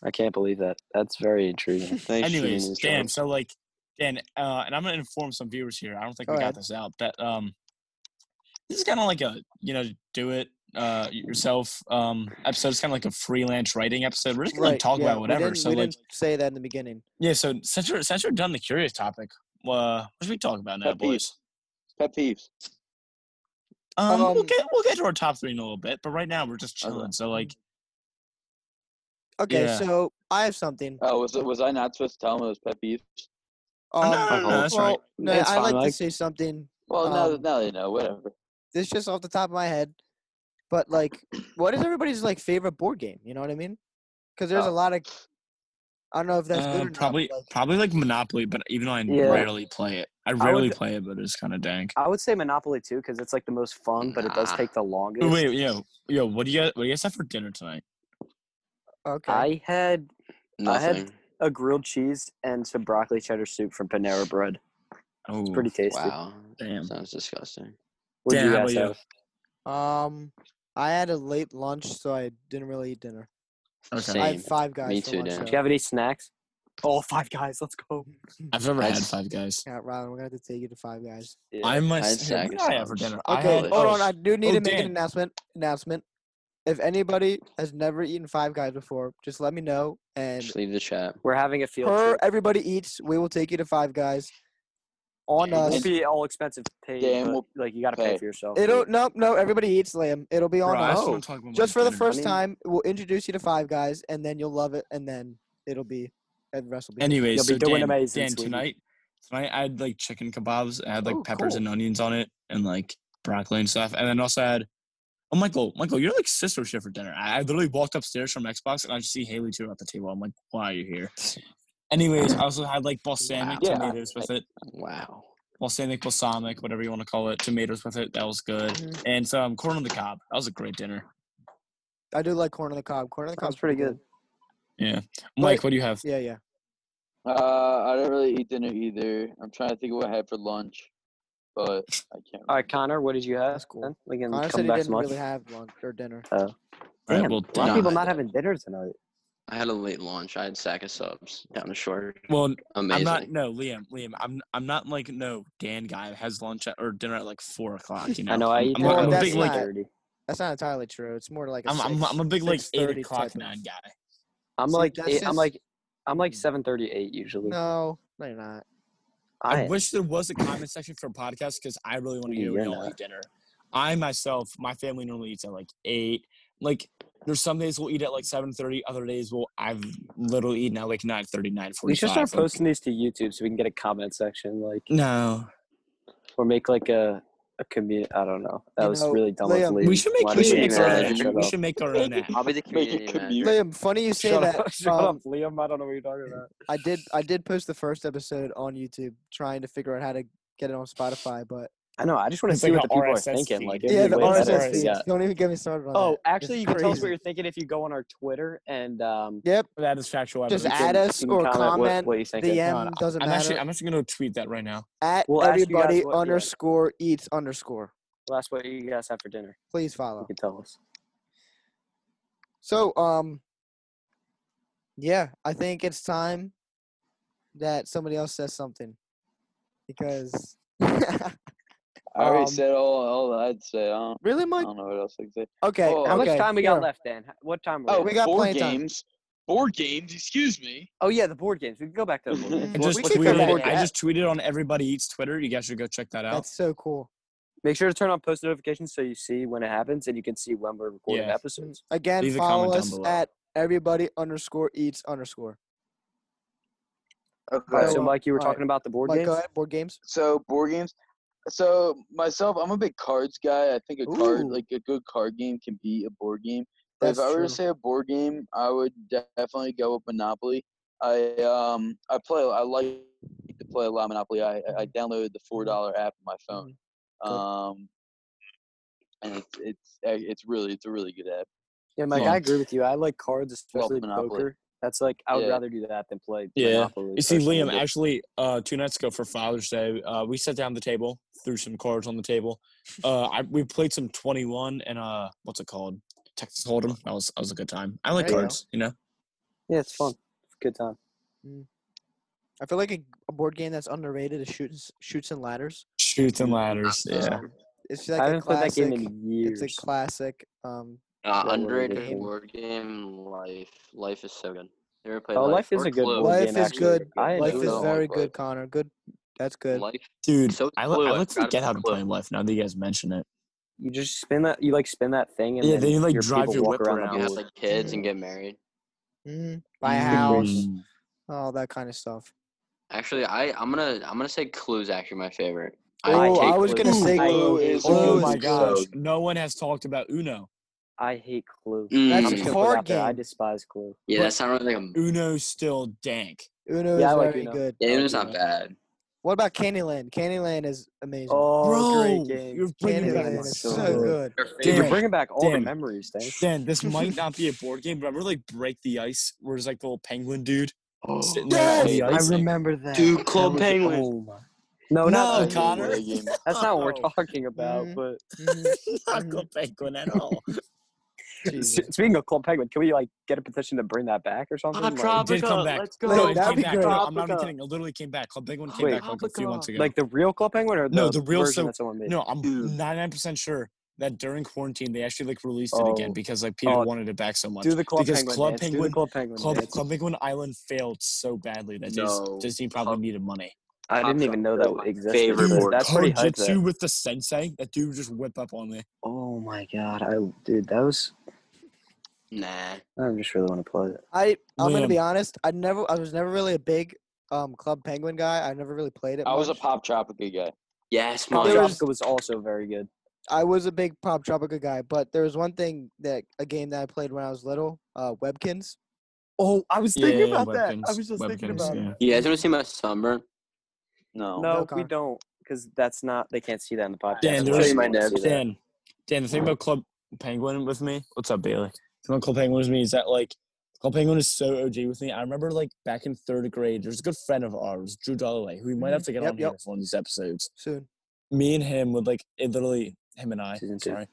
C: I can't believe that. That's very intriguing.
G: Thanks,
E: Anyways,
G: genius.
E: Dan,
G: John.
E: so like Dan, uh, and I'm gonna inform some viewers here. I don't think we
B: Go
E: got
B: ahead.
E: this out, but um this is kinda like a you know, do it uh yourself um episode. It's kinda like a freelance writing episode. We're just gonna like, talk
B: yeah,
E: about
B: we
E: whatever.
B: didn't-
E: So
B: we
E: like
B: didn't say that in the beginning.
E: yeah, so since we're since we're done the curious topic, uh what should we talk about now,
D: Pet peeves.
E: boys?
D: Pet peeves.
E: Um, we'll
B: Um, Uh,
E: get we'll get to our top three in a little bit, but right now we're just
D: Okay.
E: chilling. So like,
B: Okay,
E: Yeah.
B: so I have something.
D: Oh, was was I not supposed to tell him it was pet peeves?
B: Um,
E: no, no, no,
C: uh-oh.
E: that's
B: well,
E: right.
B: no,
C: It's
B: I
C: fine,
B: like to
C: Mike.
B: say something.
D: Well, now
B: Um,
D: that now they know, whatever.
B: This is just off the top of my head, but like, what is everybody's like favorite board game? You know what I mean? Because there's a
D: Oh.
B: lot of. I don't know if that's
E: Uh,
B: good or
E: probably
B: not. but, like,
E: probably like Monopoly, but even though I
C: Yeah.
E: rarely play it, I rarely
C: d-
E: play it, but it's kind of dank.
C: I would say Monopoly too, because it's like the most fun, but it does
G: Nah.
C: take the longest.
E: Wait, yo, yo, what do you guys what do you guys have for dinner tonight?
B: okay.
C: I had I had-
G: Nothing.
C: a grilled cheese and some broccoli cheddar soup from Panera Bread.
E: Oh,
C: It's pretty tasty.
G: Wow.
E: damn.
G: Sounds disgusting.
C: What do
E: Dan,
C: you
E: how
C: guys
E: about you?
C: have?
B: Um, I had a late lunch, so I didn't really eat dinner.
E: Okay,
G: Same.
B: I had five guys
G: Me
B: for
G: too,
B: lunch.
G: Dan.
C: Do
B: so-
C: you have any snacks? Oh, five guys. Let's go.
E: I've never had
G: That's-
E: Five Guys.
B: Yeah, Ryan, we're gonna have to take you to five guys.
C: Yeah.
E: I
G: I had
E: must. What did
G: Saga
E: I have for
G: Subs.
E: dinner? I
B: Okay,
E: had.
B: hold
E: oh,
B: on. I do need
E: oh,
B: to make
E: Dan.
B: an announcement. Announcement. If anybody has never eaten Five Guys before, just let me know. And
G: Just leave the chat.
C: We're having a field
B: per
C: trip.
B: everybody eats, we will take you to Five Guys. On
C: It won't
B: us.
C: be all expensive paid.
D: Dan
C: but,
D: will
C: like you got to pay
D: pay.
C: for yourself.
B: It'll no no. Everybody eats lamb. It'll be
E: Bro,
B: on
E: I
B: us.
E: just want to talk about
B: Just
E: Oh my
B: for the
E: dinner.
B: first
C: mean-
B: time, we'll introduce you to Five Guys, and then you'll love it, and then it'll be and the rest will be. good.
E: Anyways,
C: You'll be
E: so
C: doing
E: Dan,
C: amazing,
E: Dan,
C: sweetie.
E: tonight, tonight I had like chicken kebabs. I had like
B: Oh,
E: peppers
B: cool.
E: and onions on it, and like broccoli and stuff. And then also I had, oh Michael, Michael, you're like sister shit for dinner. I, I literally walked upstairs from Xbox and I just see Haley too at the table. I'm like, why are you here? Anyways, I also had like balsamic
C: Yeah, I-
E: tomatoes with it,
G: Wow.
E: balsamic balsamic, whatever you want to call it, tomatoes with it. That was good.
C: Mm-hmm.
B: Mhm.
E: And some corn on the cob. That was a great dinner.
B: I do like corn on the cob. Corn on the
C: Sounds
B: cob's
C: pretty good.
E: Yeah, Mike,
B: Wait.
E: what do you have?
B: Yeah, yeah.
D: Uh, I don't really eat dinner either. I'm trying to think of what I had for lunch, but I can't.
C: All right, Connor, what did you have?
B: That's cool.
C: then? We can
B: Connor
C: come
B: said he
C: back to
B: didn't
C: lunch.
B: really have lunch or dinner.
E: All
C: Damn,
E: right, well,
C: a lot
E: Dan-
C: of people
G: Nah,
C: not
G: I did.
C: having dinner tonight.
G: I had a late lunch. I had Sack of Subs down the shore.
E: well,
G: Amazing.
E: I'm not no Liam. Liam, I'm I'm not like no Dan guy that has lunch at, or dinner at like four o'clock. You know,
C: I know I
E: I'm-
C: eat
E: I'm,
C: dinner
E: a-
B: Well,
E: I'm a
B: that's
E: big like
B: not-
C: 8:30.
B: That's not entirely true. It's more like a
E: I'm, I'm
B: six-
E: I'm a big like eight
B: 6:30
E: o'clock
B: type of-
E: nine guy.
C: I'm
B: See,
C: like
B: that's
C: eight, I'm
B: just-
C: like I'm like 7:38 usually.
B: No, no, you're not.
C: I,
E: I
C: am.
E: wish there was a comment section for podcasts because I really want to
C: Yeah,
E: hear
C: you're
E: what y'all
C: not.
E: eat dinner. I myself, my family normally eats at like eight. Like there's some days we'll eat at like seven thirty. Other days we'll I've literally eaten at like nine thirty, nine forty
C: We should
E: five.
C: start posting these to YouTube so we can get a comment section, like,
E: No,
C: or make like a a community. I don't know. That
B: You
C: was
B: know,
C: really dumb of
B: Liam,
C: Liam.
E: we should make
C: Why
E: we
C: did
E: should
C: you
E: make
C: even
E: our
C: say that?
E: own.
C: Shut
E: We
C: up.
E: should make our own app.
D: I'll
G: be the
D: Make a
G: community manager.
D: commute.
B: Liam, funny you say
C: Shut
B: that.
C: up, shut
B: um,
C: up, Liam. I don't know what you're talking about.
B: I did I did post the first episode on YouTube trying to figure out how to get it on Spotify, but
C: I know. I just want to
E: It's
C: see
E: like
C: what
E: a
C: the people are
E: RSS
C: thinking.
E: feed.
C: Like,
E: Yeah,
C: how
B: yeah,
C: many
B: the
C: ways
E: that's
B: RSS
C: edits we
E: alright.
B: feeds.
C: got.
B: Don't even get me started on
C: Oh,
B: that. It's
C: actually, you can tell us what
B: crazy.
C: you're thinking if you go on our Twitter and um,
B: Yep,
E: That is factual
B: just
E: evidence.
B: add us
C: you can
B: or
C: comment,
B: comment.
C: what, what you thinking.
B: DM
E: Hold on,
B: doesn't
E: I'm
B: matter.
E: actually I'm actually gonna tweet that right now.
B: At
C: We'll ask you guys
B: everybody
C: what- yeah.
B: underscore eats underscore.
C: Well, that's what you guys have for dinner.
B: Please
C: You
B: follow.
C: can tell us.
B: So um, yeah, I think it's time that somebody else says something because
D: I already
B: um,
D: said all, all that I'd say. I don't,
B: really,
D: I
B: Mike.
D: don't know what else I can say.
B: Okay,
D: Oh,
C: How much
B: okay,
C: time we
B: here.
C: got left, Dan? H- What time? Are we
D: Oh,
C: at?
B: we got
D: board
B: plenty of time.
D: games. Board games. Excuse me.
C: oh yeah, the board games. We can go back to the board games.
E: I
B: We
E: just
B: could go back
E: tweeted.
B: to
E: I
B: that.
E: just tweeted on everybody eats Twitter. You guys should go check that out.
B: That's so cool.
C: Make sure to turn on post notifications so you see when it happens and you can see when we're recording
E: Yeah.
C: episodes.
B: Again,
E: Leave a
B: follow
E: comment down
B: us
E: below.
B: at everybody underscore eats underscore.
D: Okay.
C: All right,
B: So,
C: so
B: um,
C: Mike, you were
B: all right. uh,
C: talking about the board
B: Mike,
C: games.
B: go ahead. Board games.
D: So board games. So myself, I'm a big cards guy. I think a card,
B: Ooh.
D: like a good card game, can be a board game. But
B: That's
D: if I were
B: true.
D: to say a board game, I would definitely go with Monopoly. I um I play I like to play a lot of Monopoly. I I downloaded the four dollar app on my phone. Um, and it's it's uh, it's really it's a really good app.
C: Yeah, Mike,
E: Well,
C: I agree with you. I like cards, especially
D: Monopoly.
C: poker. That's like I would
D: Yeah.
C: rather do that than play
E: Yeah.
C: Monopoly.
E: You see,
C: personally,
E: Liam,
C: but-
E: actually, uh, two nights ago for Father's Day, uh, we sat down at the table, threw some cards on the table. Uh, I, we played some 21 and uh, what's it called? Texas Hold'em. That was that was a good time. I like
B: There you go.
E: cards, you know.
C: yeah, it's fun. Good time.
B: I feel like a, a board game that's underrated is shoots shoots and ladders.
E: Shoots and ladders. Yeah.
B: Um, it's
C: I
B: like a
C: haven't played that
B: classic.
C: game in years.
B: It's a classic. Um,
G: Uh,
C: Yeah,
G: underrated
C: underrated.
G: board game, Life. Life is so good. You ever played
C: Oh,
G: Life?
C: life is
G: Or
C: a good
G: Clue?
C: board
B: Life
C: game.
B: is
C: actually.
B: good.
C: I
B: life
G: know
B: is
G: that one,
B: very
G: but-
B: good, Connor. Good. That's good.
G: Life.
E: Dude,
G: So it's
E: I, li-
G: Clue,
E: I
G: I
E: like
G: forgot
E: forget
G: about
E: how to
G: Clue.
E: play life now that you guys mention it.
C: You just spin that. You like spin that thing, and
E: Yeah,
C: then,
E: then you, like,
C: your
E: drive
C: people
E: your
C: walk
E: whip
C: around
E: around.
G: You
C: the
G: have
C: board.
G: like kids and get married.
B: Mm, buy a house,
E: Mm.
B: all that kind of stuff.
G: Actually, I I'm gonna I'm gonna say Clue's actually my favorite.
B: Oh,
G: take
B: I was
G: Clue.
B: gonna say
C: I
B: Clue.
C: hate
D: is a
E: Oh
D: good
E: my
D: episode.
E: gosh. No one has talked about Uno.
C: I hate Clue.
G: Mm,
C: I'm
B: That's
C: just
B: a
C: gonna put it
B: card
C: out there. I
B: game.
C: despise Clue.
G: yeah, that's not really like a.
E: Uno's still dank.
B: Uno
C: Yeah,
B: is
C: I like
B: very
C: Uno.
B: good.
G: Yeah, it's
E: Oh,
G: not bad.
B: What about Candyland? Candyland is amazing.
C: Oh,
E: Bro,
C: great game.
E: you're bringing
B: Candyland
E: back
C: Candyland's
B: is
C: so
B: so good.
C: good.
G: Your
C: You're
E: Dan,
G: favorite.
C: bringing back all
E: Dan.
C: the memories, Dang.
E: Dan, this might not be a board game, but remember like Break the Ice, where it's like the little penguin dude
G: Oh,
E: sitting there on the
C: I
E: ice.
C: remember that.
G: Dude,
C: That
G: Club
C: was-
G: Penguin.
C: Oh my. No,
E: No,
D: I
C: not
D: hate
C: Clue.
E: Connor.
D: that game.
C: That's not what we're
E: No.
C: talking about.
B: Mm.
C: But
B: Mhm.
E: not Club Penguin at all.
C: S- speaking of Club Penguin, can we like get a petition to bring that back or something?
G: Ah,
C: Like,
E: It did come
G: Tropica,
E: back.
G: let's go.
E: No,
B: Wait,
E: it
B: that'd
E: came
B: be
E: back.
B: great.
E: No, I'm not even
G: Tropica.
E: kidding. It literally came back. Club Penguin came
C: Wait.
E: back like a few months ago.
C: like the real Club Penguin or the,
E: No, the real
C: version
E: so-
C: that someone made?
E: no, I'm
G: Dude.
E: 99% sure that during quarantine they actually like released it
C: Oh.
E: again because like Peter
C: Oh.
E: wanted it back so much.
C: Do the Club
E: because
C: Penguin.
E: Club
C: dance. Do
E: Penguin-
C: the Club Penguin.
E: Club
C: dance.
E: Club Penguin Island failed so badly that Dis-
G: No.
E: Disney probably
G: Club-
E: needed money.
C: I didn't
G: Top
C: even
G: Shot
C: know
G: is
C: that
G: my
C: existed.
G: favorite
C: but
G: board.
C: That's pretty hype.
E: Kojitsu
C: That.
E: with the sensei. That dude would just whip up on me.
C: Oh my god, I dude, that was.
G: Nah.
C: I just really want to play it.
B: I I'm gonna
E: Liam.
B: be honest. I never I was never really a big um Club Penguin guy. I never really played it.
D: I was a
B: much.
D: Pop Tropica guy.
G: Yes,
C: Pop
G: mine.
B: There was-
C: Tropica was also very good.
B: I was a big Pop Tropica guy, but there was one thing that a game that I played when I was little, uh, Webkins.
C: Oh, I was
E: Yeah, yeah, Webkins. Webkins, yeah.
G: You guys want to see my sunburn?
D: No.
C: No,
B: No,
C: we
B: Connor.
C: don't, because that's not. They can't see that in the podcast.
E: Dan,
C: so
E: there
C: I
E: is-
C: don't wanna
G: Show you my
C: see that.
E: Dan, Dan, the thing about Club Penguin with me, what's up, Bailey? The thing about Club Penguin with me is that like Club Penguin is so OG with me. I remember like back in third grade, there's a good friend of ours, Drew Dalloway, who we
C: Mm-hmm.
E: might have
B: Mhm.
E: to get
B: Yep,
E: on here
B: yep.
E: for one of these episodes.
B: Soon.
E: Me and him would like it literally him and I
C: Season two.
E: sorry.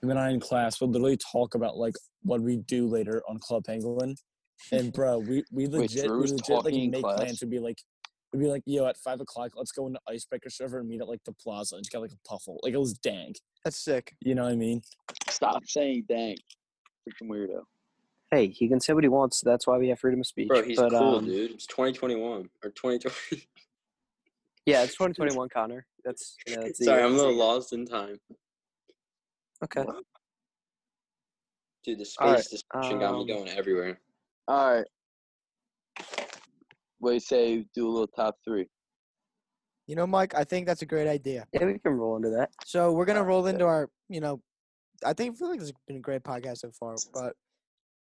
E: Him and I in class would literally talk about like what we do later on Club Penguin. And bro, we, we legit we
D: Drew's
E: legit like
D: talking in
E: make
D: class?
E: plans to be like we'd be like, yo, at five o'clock, let's go into Icebreaker Server and meet at like the plaza and just get like a puffle. Like it was dank.
B: That's sick.
E: You know what I mean?
D: Stop saying dang. Freaking weirdo.
C: Hey, he can say what he wants. That's why we have freedom of speech.
G: Bro, he's
C: but,
G: cool,
C: um,
G: dude. It's 2021 or 2020.
C: Yeah, it's 2021, Connor. That's, yeah, that's the
G: Sorry,
C: year.
G: I'm a little lost in time.
C: Okay.
G: Dude, the space
D: Alright,
G: discussion got me
C: um,
G: going everywhere.
D: All right. What do you say? Do a little top three.
B: You know, Mike, I think that's a great idea.
C: Yeah, we can roll into that.
B: So we're gonna
D: Alright,
B: roll
D: yeah.
B: into our, you know, I think feel like this has been a great podcast so far. But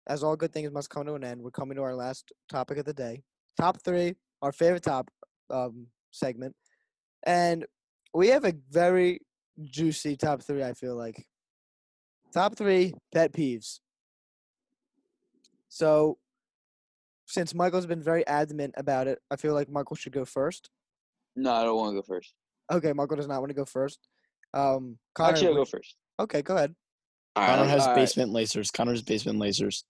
B: as all good things must come to an end, we're coming to our last topic of the day. Top three, our favorite top um, segment, and we have a very juicy top three. I feel like top three pet peeves. So, since Michael's been very adamant about it, I feel like Michael should go first.
D: No, I don't want to go first.
B: Okay, Michael does not want to go first. Um, Connor,
D: Actually, I'll
B: would-
D: go first.
B: okay, go ahead.
G: All
E: Connor
G: right,
E: has
D: alright.
E: basement lasers. Connor's basement lasers.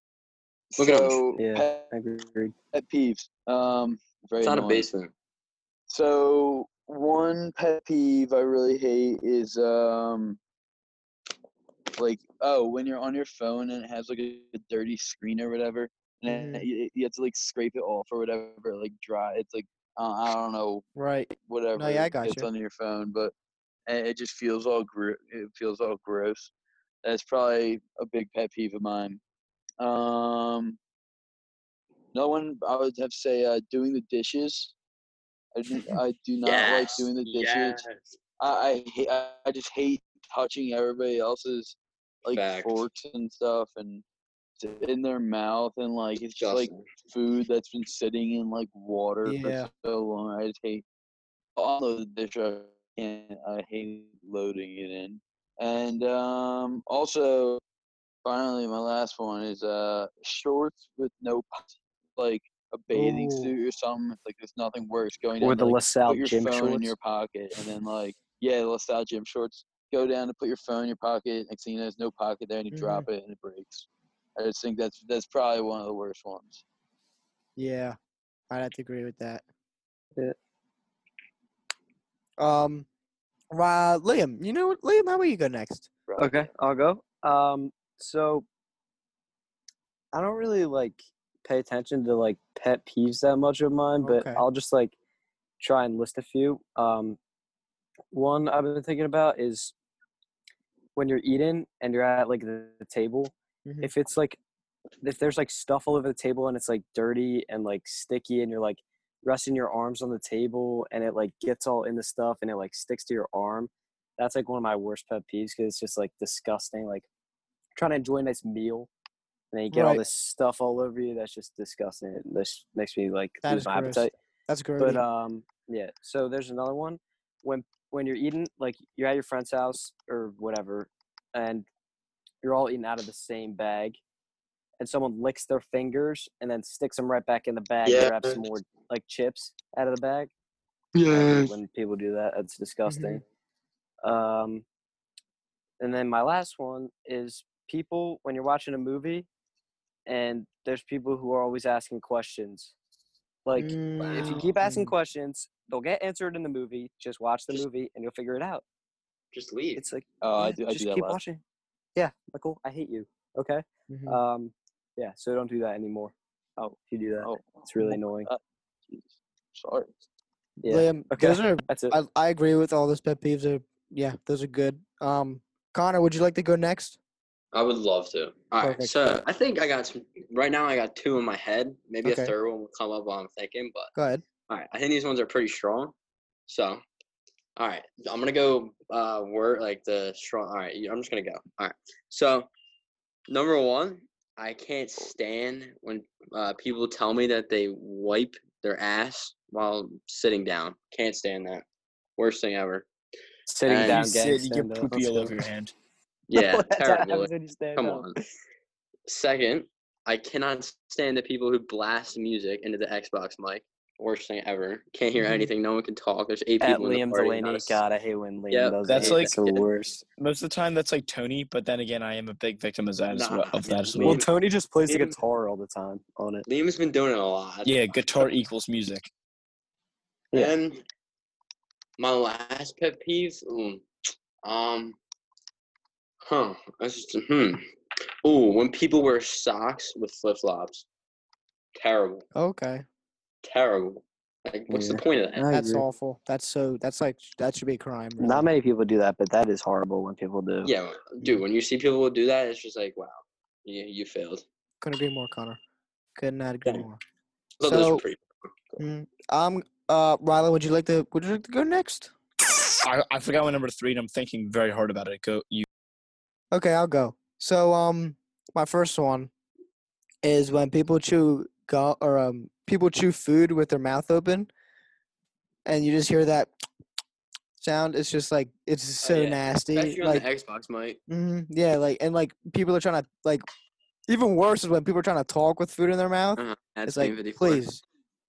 G: Look at him.
D: so,
C: Yeah.
D: pet,
C: I agree.
D: pet peeves. Um, very
G: it's not a
D: annoying.
G: basement.
D: So one pet peeve I really hate is um like oh when you're on your phone and it has like a, a dirty screen or whatever
C: Mm-hmm.
D: and
B: Mhm.
D: you, you have to like scrape it off or whatever like dry it's like uh, I don't know
B: Right.
D: whatever
B: yeah, I got
D: it's
B: you.
D: on your phone but and it just feels all gro- it feels all gross. That's probably a big pet peeve of mine. Um, no one I would have to say uh, doing the dishes. I do, I do not like
G: Yes,
D: doing the dishes.
G: yes.
D: I I, hate, I I just hate touching everybody else's like
G: Fact.
D: forks and stuff and in their mouth and like it's just like food that's been sitting in like water
B: Yeah.
D: for so long. I just hate all the dish I can I hate loading it in. And um also finally my last one is uh shorts with no pants. like a bathing
B: Ooh.
D: suit or something. It's like there's nothing worse going
C: Or
D: down
C: the
D: to, like,
C: LaSalle
D: put your
C: gym
D: phone
C: shorts.
D: in your pocket and then like yeah, LaSalle gym shorts. Go down and put your phone in your pocket. Next thing you know, there's no pocket there, and you
C: Mm-hmm.
B: Mhm.
D: drop it, and it breaks. I just think that's that's probably one of the worst ones.
B: Yeah, I'd have to agree with that.
C: Yeah.
B: Um, uh, Liam, you know what? Liam, how about you go next?
C: Okay, I'll go. Um, so I don't really like pay attention to like pet peeves that much of mine, but
B: Okay.
C: I'll just like try and list a few. Um, one I've been thinking about is when you're eating and you're at like the, the table,
B: Mhm.
C: if it's like if there's like stuff all over the table and it's like dirty and like sticky and you're like resting your arms on the table and it like gets all in the stuff and it like sticks to your arm that's like one of my worst pet peeves because it's just like disgusting. Like trying to enjoy a nice meal and then you get all
B: Right.
C: this stuff all over you. That's just disgusting. It this makes me like
B: That is
C: lose my
B: gross.
C: appetite.
B: That's gross.
C: But um, yeah. So there's another one when when you're eating, like you're at your friend's house or whatever, and you're all eating out of the same bag, and someone licks their fingers and then sticks them right back in the bag and grabs some more like chips out of the bag. I hate When people do that, it's disgusting. Um, and then my last one is people when you're watching a movie, and there's people who are always asking questions, like if you keep asking
B: Mm.
C: questions, they'll get answered in the movie. Just watch the movie and you'll figure it out.
G: Just leave.
C: It's like
D: Oh, I
C: yeah,
D: do, I
C: just
D: do that.
C: keep
D: a lot.
C: watching. Yeah, Michael, I hate you. Okay.
B: Mhm.
C: Um, yeah, so don't do that anymore. Oh, if you do that,
D: Oh,
C: it's really annoying.
D: Jesus. sorry.
C: Yeah.
B: Liam,
C: okay.
B: those are.
C: That's it.
B: I, I agree with all those pet peeves. Are yeah, those are good. Um, Connor, would you like to go next?
G: I would love to. All right,
B: Perfect.
G: so I think I got some. Right now, I got two in my head. Maybe
B: Okay.
G: a third one will come up while I'm thinking. But
B: Go ahead.
G: all right, I think these ones are pretty strong. So, all right, I'm gonna go. Uh, word like the strong. All right, you- I'm just gonna go. All right, so number one, I can't stand when uh, people tell me that they wipe their ass while sitting down. Can't stand that. Worst thing ever.
C: Sitting
G: and
C: down,
G: you
C: gang,
E: sit, you
C: stand
E: get
C: up.
E: poopy
C: Let's
E: all
C: go.
E: over your hand.
G: Yeah,
C: That's what
G: terrible.
C: happens when you stand
G: Come
C: up.
G: on. Second, I cannot stand the people who blast music into the Xbox mic. Worst thing ever. Can't hear
B: Mhm.
G: anything. No one can talk. There's eight
C: Mm-hmm. At
G: people in
C: Liam
G: the party. not a
C: Delaney.
G: s-
C: God, I hate when Liam
G: Yep,
C: does
E: that's
C: that.
E: like-
C: It's the worst.
E: Most of the time, that's like Tony. But then again, I am a big victim of that as
G: Nah,
E: well. Of that as
G: yeah,
C: Well,
E: well.
G: Liam-
C: Tony just plays the
G: Liam-
C: guitar all the time on it.
G: Liam's been doing it a lot.
E: Yeah, guitar e equals music.
C: Yeah.
G: And my last pet peeve. mm, Um. Huh. That's just, hmm. Ooh, when people wear socks with flip flops. Terrible.
B: Okay,
G: Terrible. Like, what's the
C: Yeah.
G: point of that?
B: that's awful. That's so. That's like that should be a crime. really.
C: Not many people do that, but that is horrible when people do.
G: Yeah, dude. When you see people do that, it's just like, wow, you, you failed.
B: Couldn't agree more, Connor. Could not agree
E: Yeah.
B: more.
G: So, those
B: So-
G: are pretty.
B: Um, uh, Rylan, would you like to? Would you like to go next?
E: I, I forgot my number three, and I'm thinking very hard about it. Go you.
B: Okay, I'll go. So, um, my first one is when people chew gum or um people chew food with their mouth open, and you just hear that sound. It's just like it's just
G: Oh,
B: so
G: yeah.
B: nasty.
G: Especially on
B: Like,
G: the Xbox, Mike.
B: mhm, yeah, like and like people are trying to like. Even worse is when people are trying to talk with food in their mouth.
G: Uh,
B: It's like, please,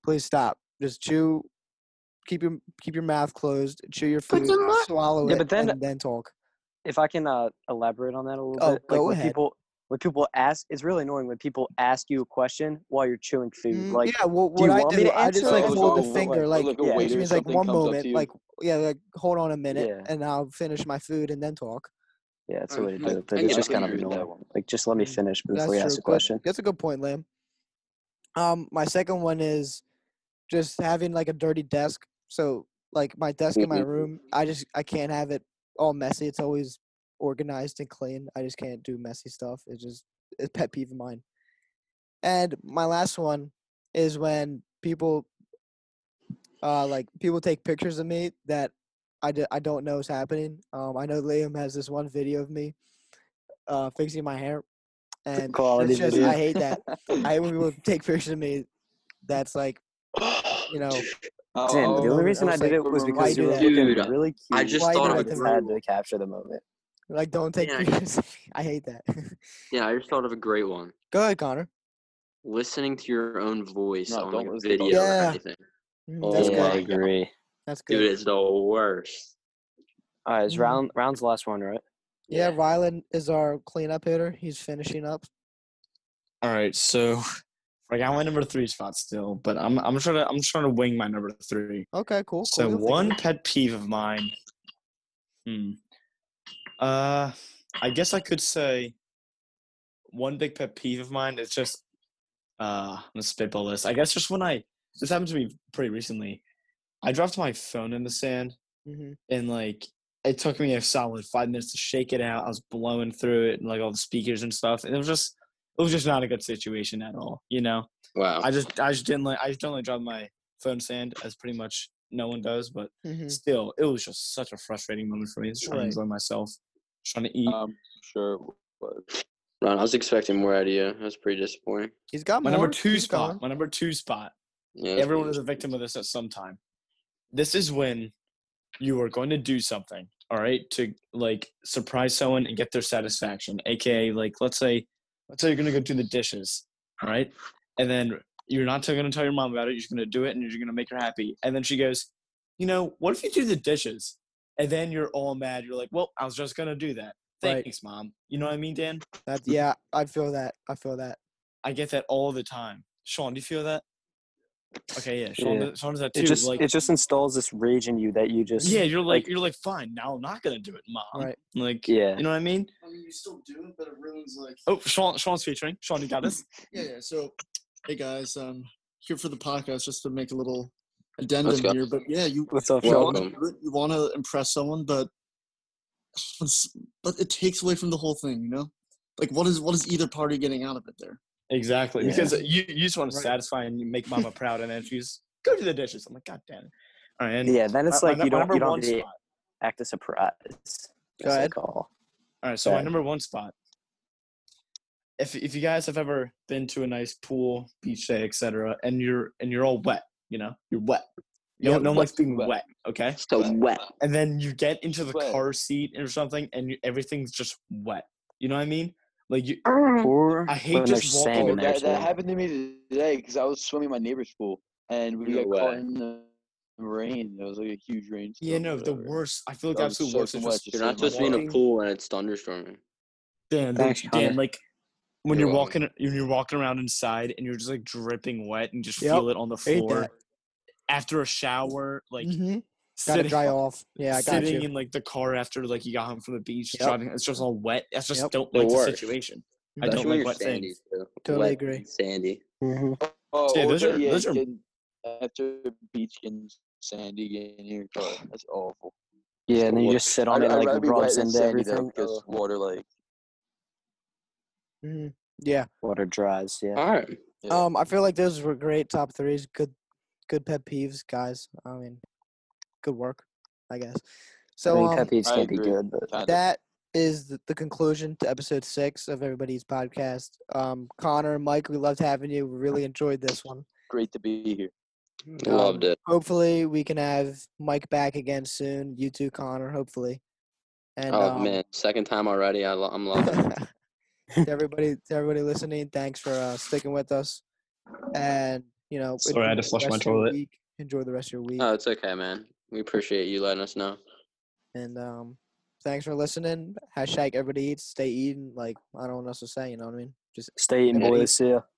B: please stop. Just chew. Keep your keep your mouth closed. Chew your food.
G: your mouth-
B: swallow
C: Yeah,
B: it,
C: but then-
B: and then talk.
C: if I can uh, elaborate on that a little
B: Oh,
C: bit,
B: go
C: like when
B: ahead.
C: people when people ask, it's really annoying when people ask you a question while you're chewing food.
B: Mm,
C: like
B: yeah, well,
C: you
B: what I
C: want
B: do,
C: me to
B: I just
C: answer
B: like
C: or
B: hold
C: go
B: the
C: away?
B: finger,
C: Or
B: like
D: look,
C: yeah,
D: a
B: which
D: waiter or
B: means like
D: something
B: one
D: comes up to
B: moment,
D: you.
B: like yeah, like hold on a minute,
C: Yeah.
B: and I'll finish my food and then talk.
C: yeah, it's the way to
G: I-
C: do it, but
G: I
C: it's
G: get
C: just
G: what
C: kind of
G: you're doing.
C: annoying. Like just let me
B: Mm,
C: finish
B: That's
C: before you
B: true.
C: ask a
B: Good-
C: question.
B: That's a good point, Liam. Um, my second one is just having like a dirty desk. So like my desk in my
C: Mm-hmm.
G: Mhm.
B: room, I just I can't have it all messy. It's always organized and clean. I just can't do messy stuff. It's just a pet peeve of mine. And my last one is when people uh like people take pictures of me that I d- I don't know is happening. Um I know Liam has this one video of me uh fixing my hair And
C: Quality
B: it's just,
C: video.
B: I hate that. I hate when people take pictures of me. That's like, you know,
D: Oh,
C: Damn,
B: oh,
C: the only
B: I
C: reason I
B: was
C: did
B: like,
C: it was
D: why
C: because
B: do
C: you were
B: that?
C: looking
G: Dude,
C: really cute.
G: I just
B: Why
G: thought
B: do
G: of
B: that
G: a
B: to
C: just had
G: group.
C: to capture the moment.
B: like don't take
G: Yeah.
B: pictures. I hate that.
G: Yeah, I just thought of a great one.
B: Go ahead, Connor.
G: Listening to your own voice
D: No,
G: on
D: don't
G: like a
D: listen to
G: video
B: other
G: or
B: Yeah.
G: anything.
B: Mm, that's
G: Oh
C: yeah, I
G: my
B: good.
C: agree.
B: That's good.
G: Dude, it's the worst.
C: All right, it's
B: Mhm.
C: round round's the last one, right?
B: yeah, Rylan is our cleanup hitter. He's finishing up.
E: All right, so I got my number three spot still, but I'm I'm trying to I'm trying to wing my number three.
B: Okay, cool. cool.
E: So
B: You'll think of
E: one
B: it.
E: pet peeve of mine. Hmm. Uh, I guess I could say one big pet peeve of mine is just uh I'm gonna spitball this. I guess just when I this happened to me pretty recently. I dropped my phone in the sand
B: Mhm.
E: and like it took me a solid five minutes to shake it out. I was blowing through it and like all the speakers and stuff, and it was just it was just not a good situation at all. You know,
G: Wow.
E: I just I just didn't like I just don't like drop my phone in the sand as pretty much no one does, but
B: Mhm.
E: still, it was just such a frustrating moment for me. Just trying
B: Right. Uh,
E: to enjoy myself, just trying to eat.
D: I'm um, sure. it was.
G: Ron, I was expecting more out of you. That was pretty disappointing.
B: He's got
E: my
B: more.
E: number two
B: Keep
E: spot.
B: going.
E: My number two spot.
G: Yeah, that's
E: Everyone
G: pretty
E: is a victim of this at some time. This is when you are going to do something, all right, to like surprise someone and get their satisfaction. AKA, like, let's say, let's say you're gonna go do the dishes, all right, and then you're not gonna tell your mom about it. You're just gonna do it, and you're just gonna make her happy. And then she goes, you know, what if you do the dishes? And then you're all mad. You're like, well, I was just gonna do that.
B: Right.
E: Thanks, mom. You know what I mean, Dan?
B: That's yeah. I feel that. I feel that.
E: I get that all the time. Sean, do you feel that? Okay, yeah. Sean,
C: Yeah.
E: does- Sean does that too.
C: It just
E: like,
C: it just installs this rage in you that you just
E: yeah, you're like,
C: like-
E: you're like, fine. Now I'm not gonna do it, mom.
B: Right.
E: Like,
C: Yeah.
E: you know what I mean?
H: I mean, you still do it, but it ruins like.
E: Oh, Sean, Sean's featuring. Sean, you got this.
H: Yeah, yeah. So, hey guys, um, here for the podcast just to make a little addendum
G: Let's go.
H: here. But yeah, you
C: What's up,
H: you
C: Sean?
H: want to do it, you want to impress someone, but it's- but it takes away from the whole thing, you know. Like, what is what is either party getting out of it there?
E: Exactly,
C: Yeah.
E: because you you just want to
H: Right.
E: satisfy and you make mama proud, and then she's go do the dishes. I'm like, god damn it. All right. And
C: Yeah, then it's
E: my- my
C: like
E: nu-
C: you
E: my
C: don't
E: number
C: you don't
E: one
C: really
E: spot.
C: act a surprise.
B: Go
C: That's
B: ahead.
C: like all.
E: All right, so
C: Yeah.
E: my number one spot. If if you guys have ever been to a nice pool, beach day, etc., and you're and you're all wet, you know, you're wet. You
B: Yep.
E: don't- no one likes being
D: Wet.
E: wet. Okay,
G: So wet.
E: and then you get into the
D: Wet.
E: car seat or something, and you, everything's just wet. You know what I mean? Like you,
C: Or
E: I hate
C: when there's
E: just walking
C: sand
D: Oh,
C: in there
D: that,
C: too.
D: that happened to me today because I was swimming in my neighbor's pool and we
G: No
D: got caught
G: way.
D: in the rain. It was like a huge rain.
E: yeah, no, the worst. I feel like the
D: I'm
E: absolute
D: soaking
E: worst is
D: wet,
E: just
D: just
G: You're not
D: sitting in
G: supposed to be in a
E: walking.
G: pool when it's thunderstorming.
E: Dan, the-
C: Thanks, Connor.
E: Dan, like when
G: You're
E: you're
G: welcome.
E: walking, when you're walking around inside, and you're just like dripping wet, and you just
B: Yep,
E: feel it on the
B: hate that.
E: floor. After a shower, like
B: Mhm. Gotta
E: sitting,
B: dry off. Yeah, I got
E: sitting
B: you.
E: in like the car after like you got home from the beach,
B: Yep.
E: driving, it's just all wet. That's just
B: Yep.
E: don't
G: The
E: like the
G: worst.
E: situation. I
B: Mhm.
E: don't
G: Especially when
E: like
G: you're
E: wet
G: sandy.
E: things.
G: Too.
B: Totally
G: Wet
B: agree.
G: and Sandy.
D: Oh,
E: Yeah,
D: or
E: those
D: the-
E: are-
D: yeah,
E: those are-
D: getting- after the beach getting sandy getting in your car. That's awful.
C: yeah, and then you
D: Well,
C: just sit on it
D: I'd
C: like
D: rather be wet
C: rubs
D: than
C: into
D: sandy though,
C: everything.
D: because
C: Ugh.
D: water like
B: Mhm. Yeah.
C: Water dries. Yeah.
G: All right.
D: yeah.
B: Um, I feel like those were great top threes. Good, good pet peeves, guys. I mean, good work, I guess.
C: I
B: So
C: think
B: um,
C: Pepe's
D: I
C: can't be
D: agree.
C: good, but
D: kind of.
B: that is th- the conclusion to episode six of everybody's podcast. Um, Connor, Mike, we loved having you. We really enjoyed this one.
D: Great to be here.
G: Loved
B: Um,
G: it.
B: Hopefully, we can have Mike back again soon. You too, Connor. Hopefully. And
G: oh
B: um,
G: man, second time already. I lo- I'm loving. it.
B: to everybody, to everybody listening, thanks for uh, sticking with us. And you know,
E: Sorry, I had
B: enjoy
E: to
B: the
E: flush my
B: rest of your
E: toilet. Uh.
B: Week. Enjoy the rest of your week.
G: Oh, it's okay, man. We appreciate you letting us know.
B: and um, thanks for listening. Hashtag everybody eats, stay eating. Like I don't know what else to say. You know what I mean? Just
C: stay in
G: Yeah.
C: boys. See ya.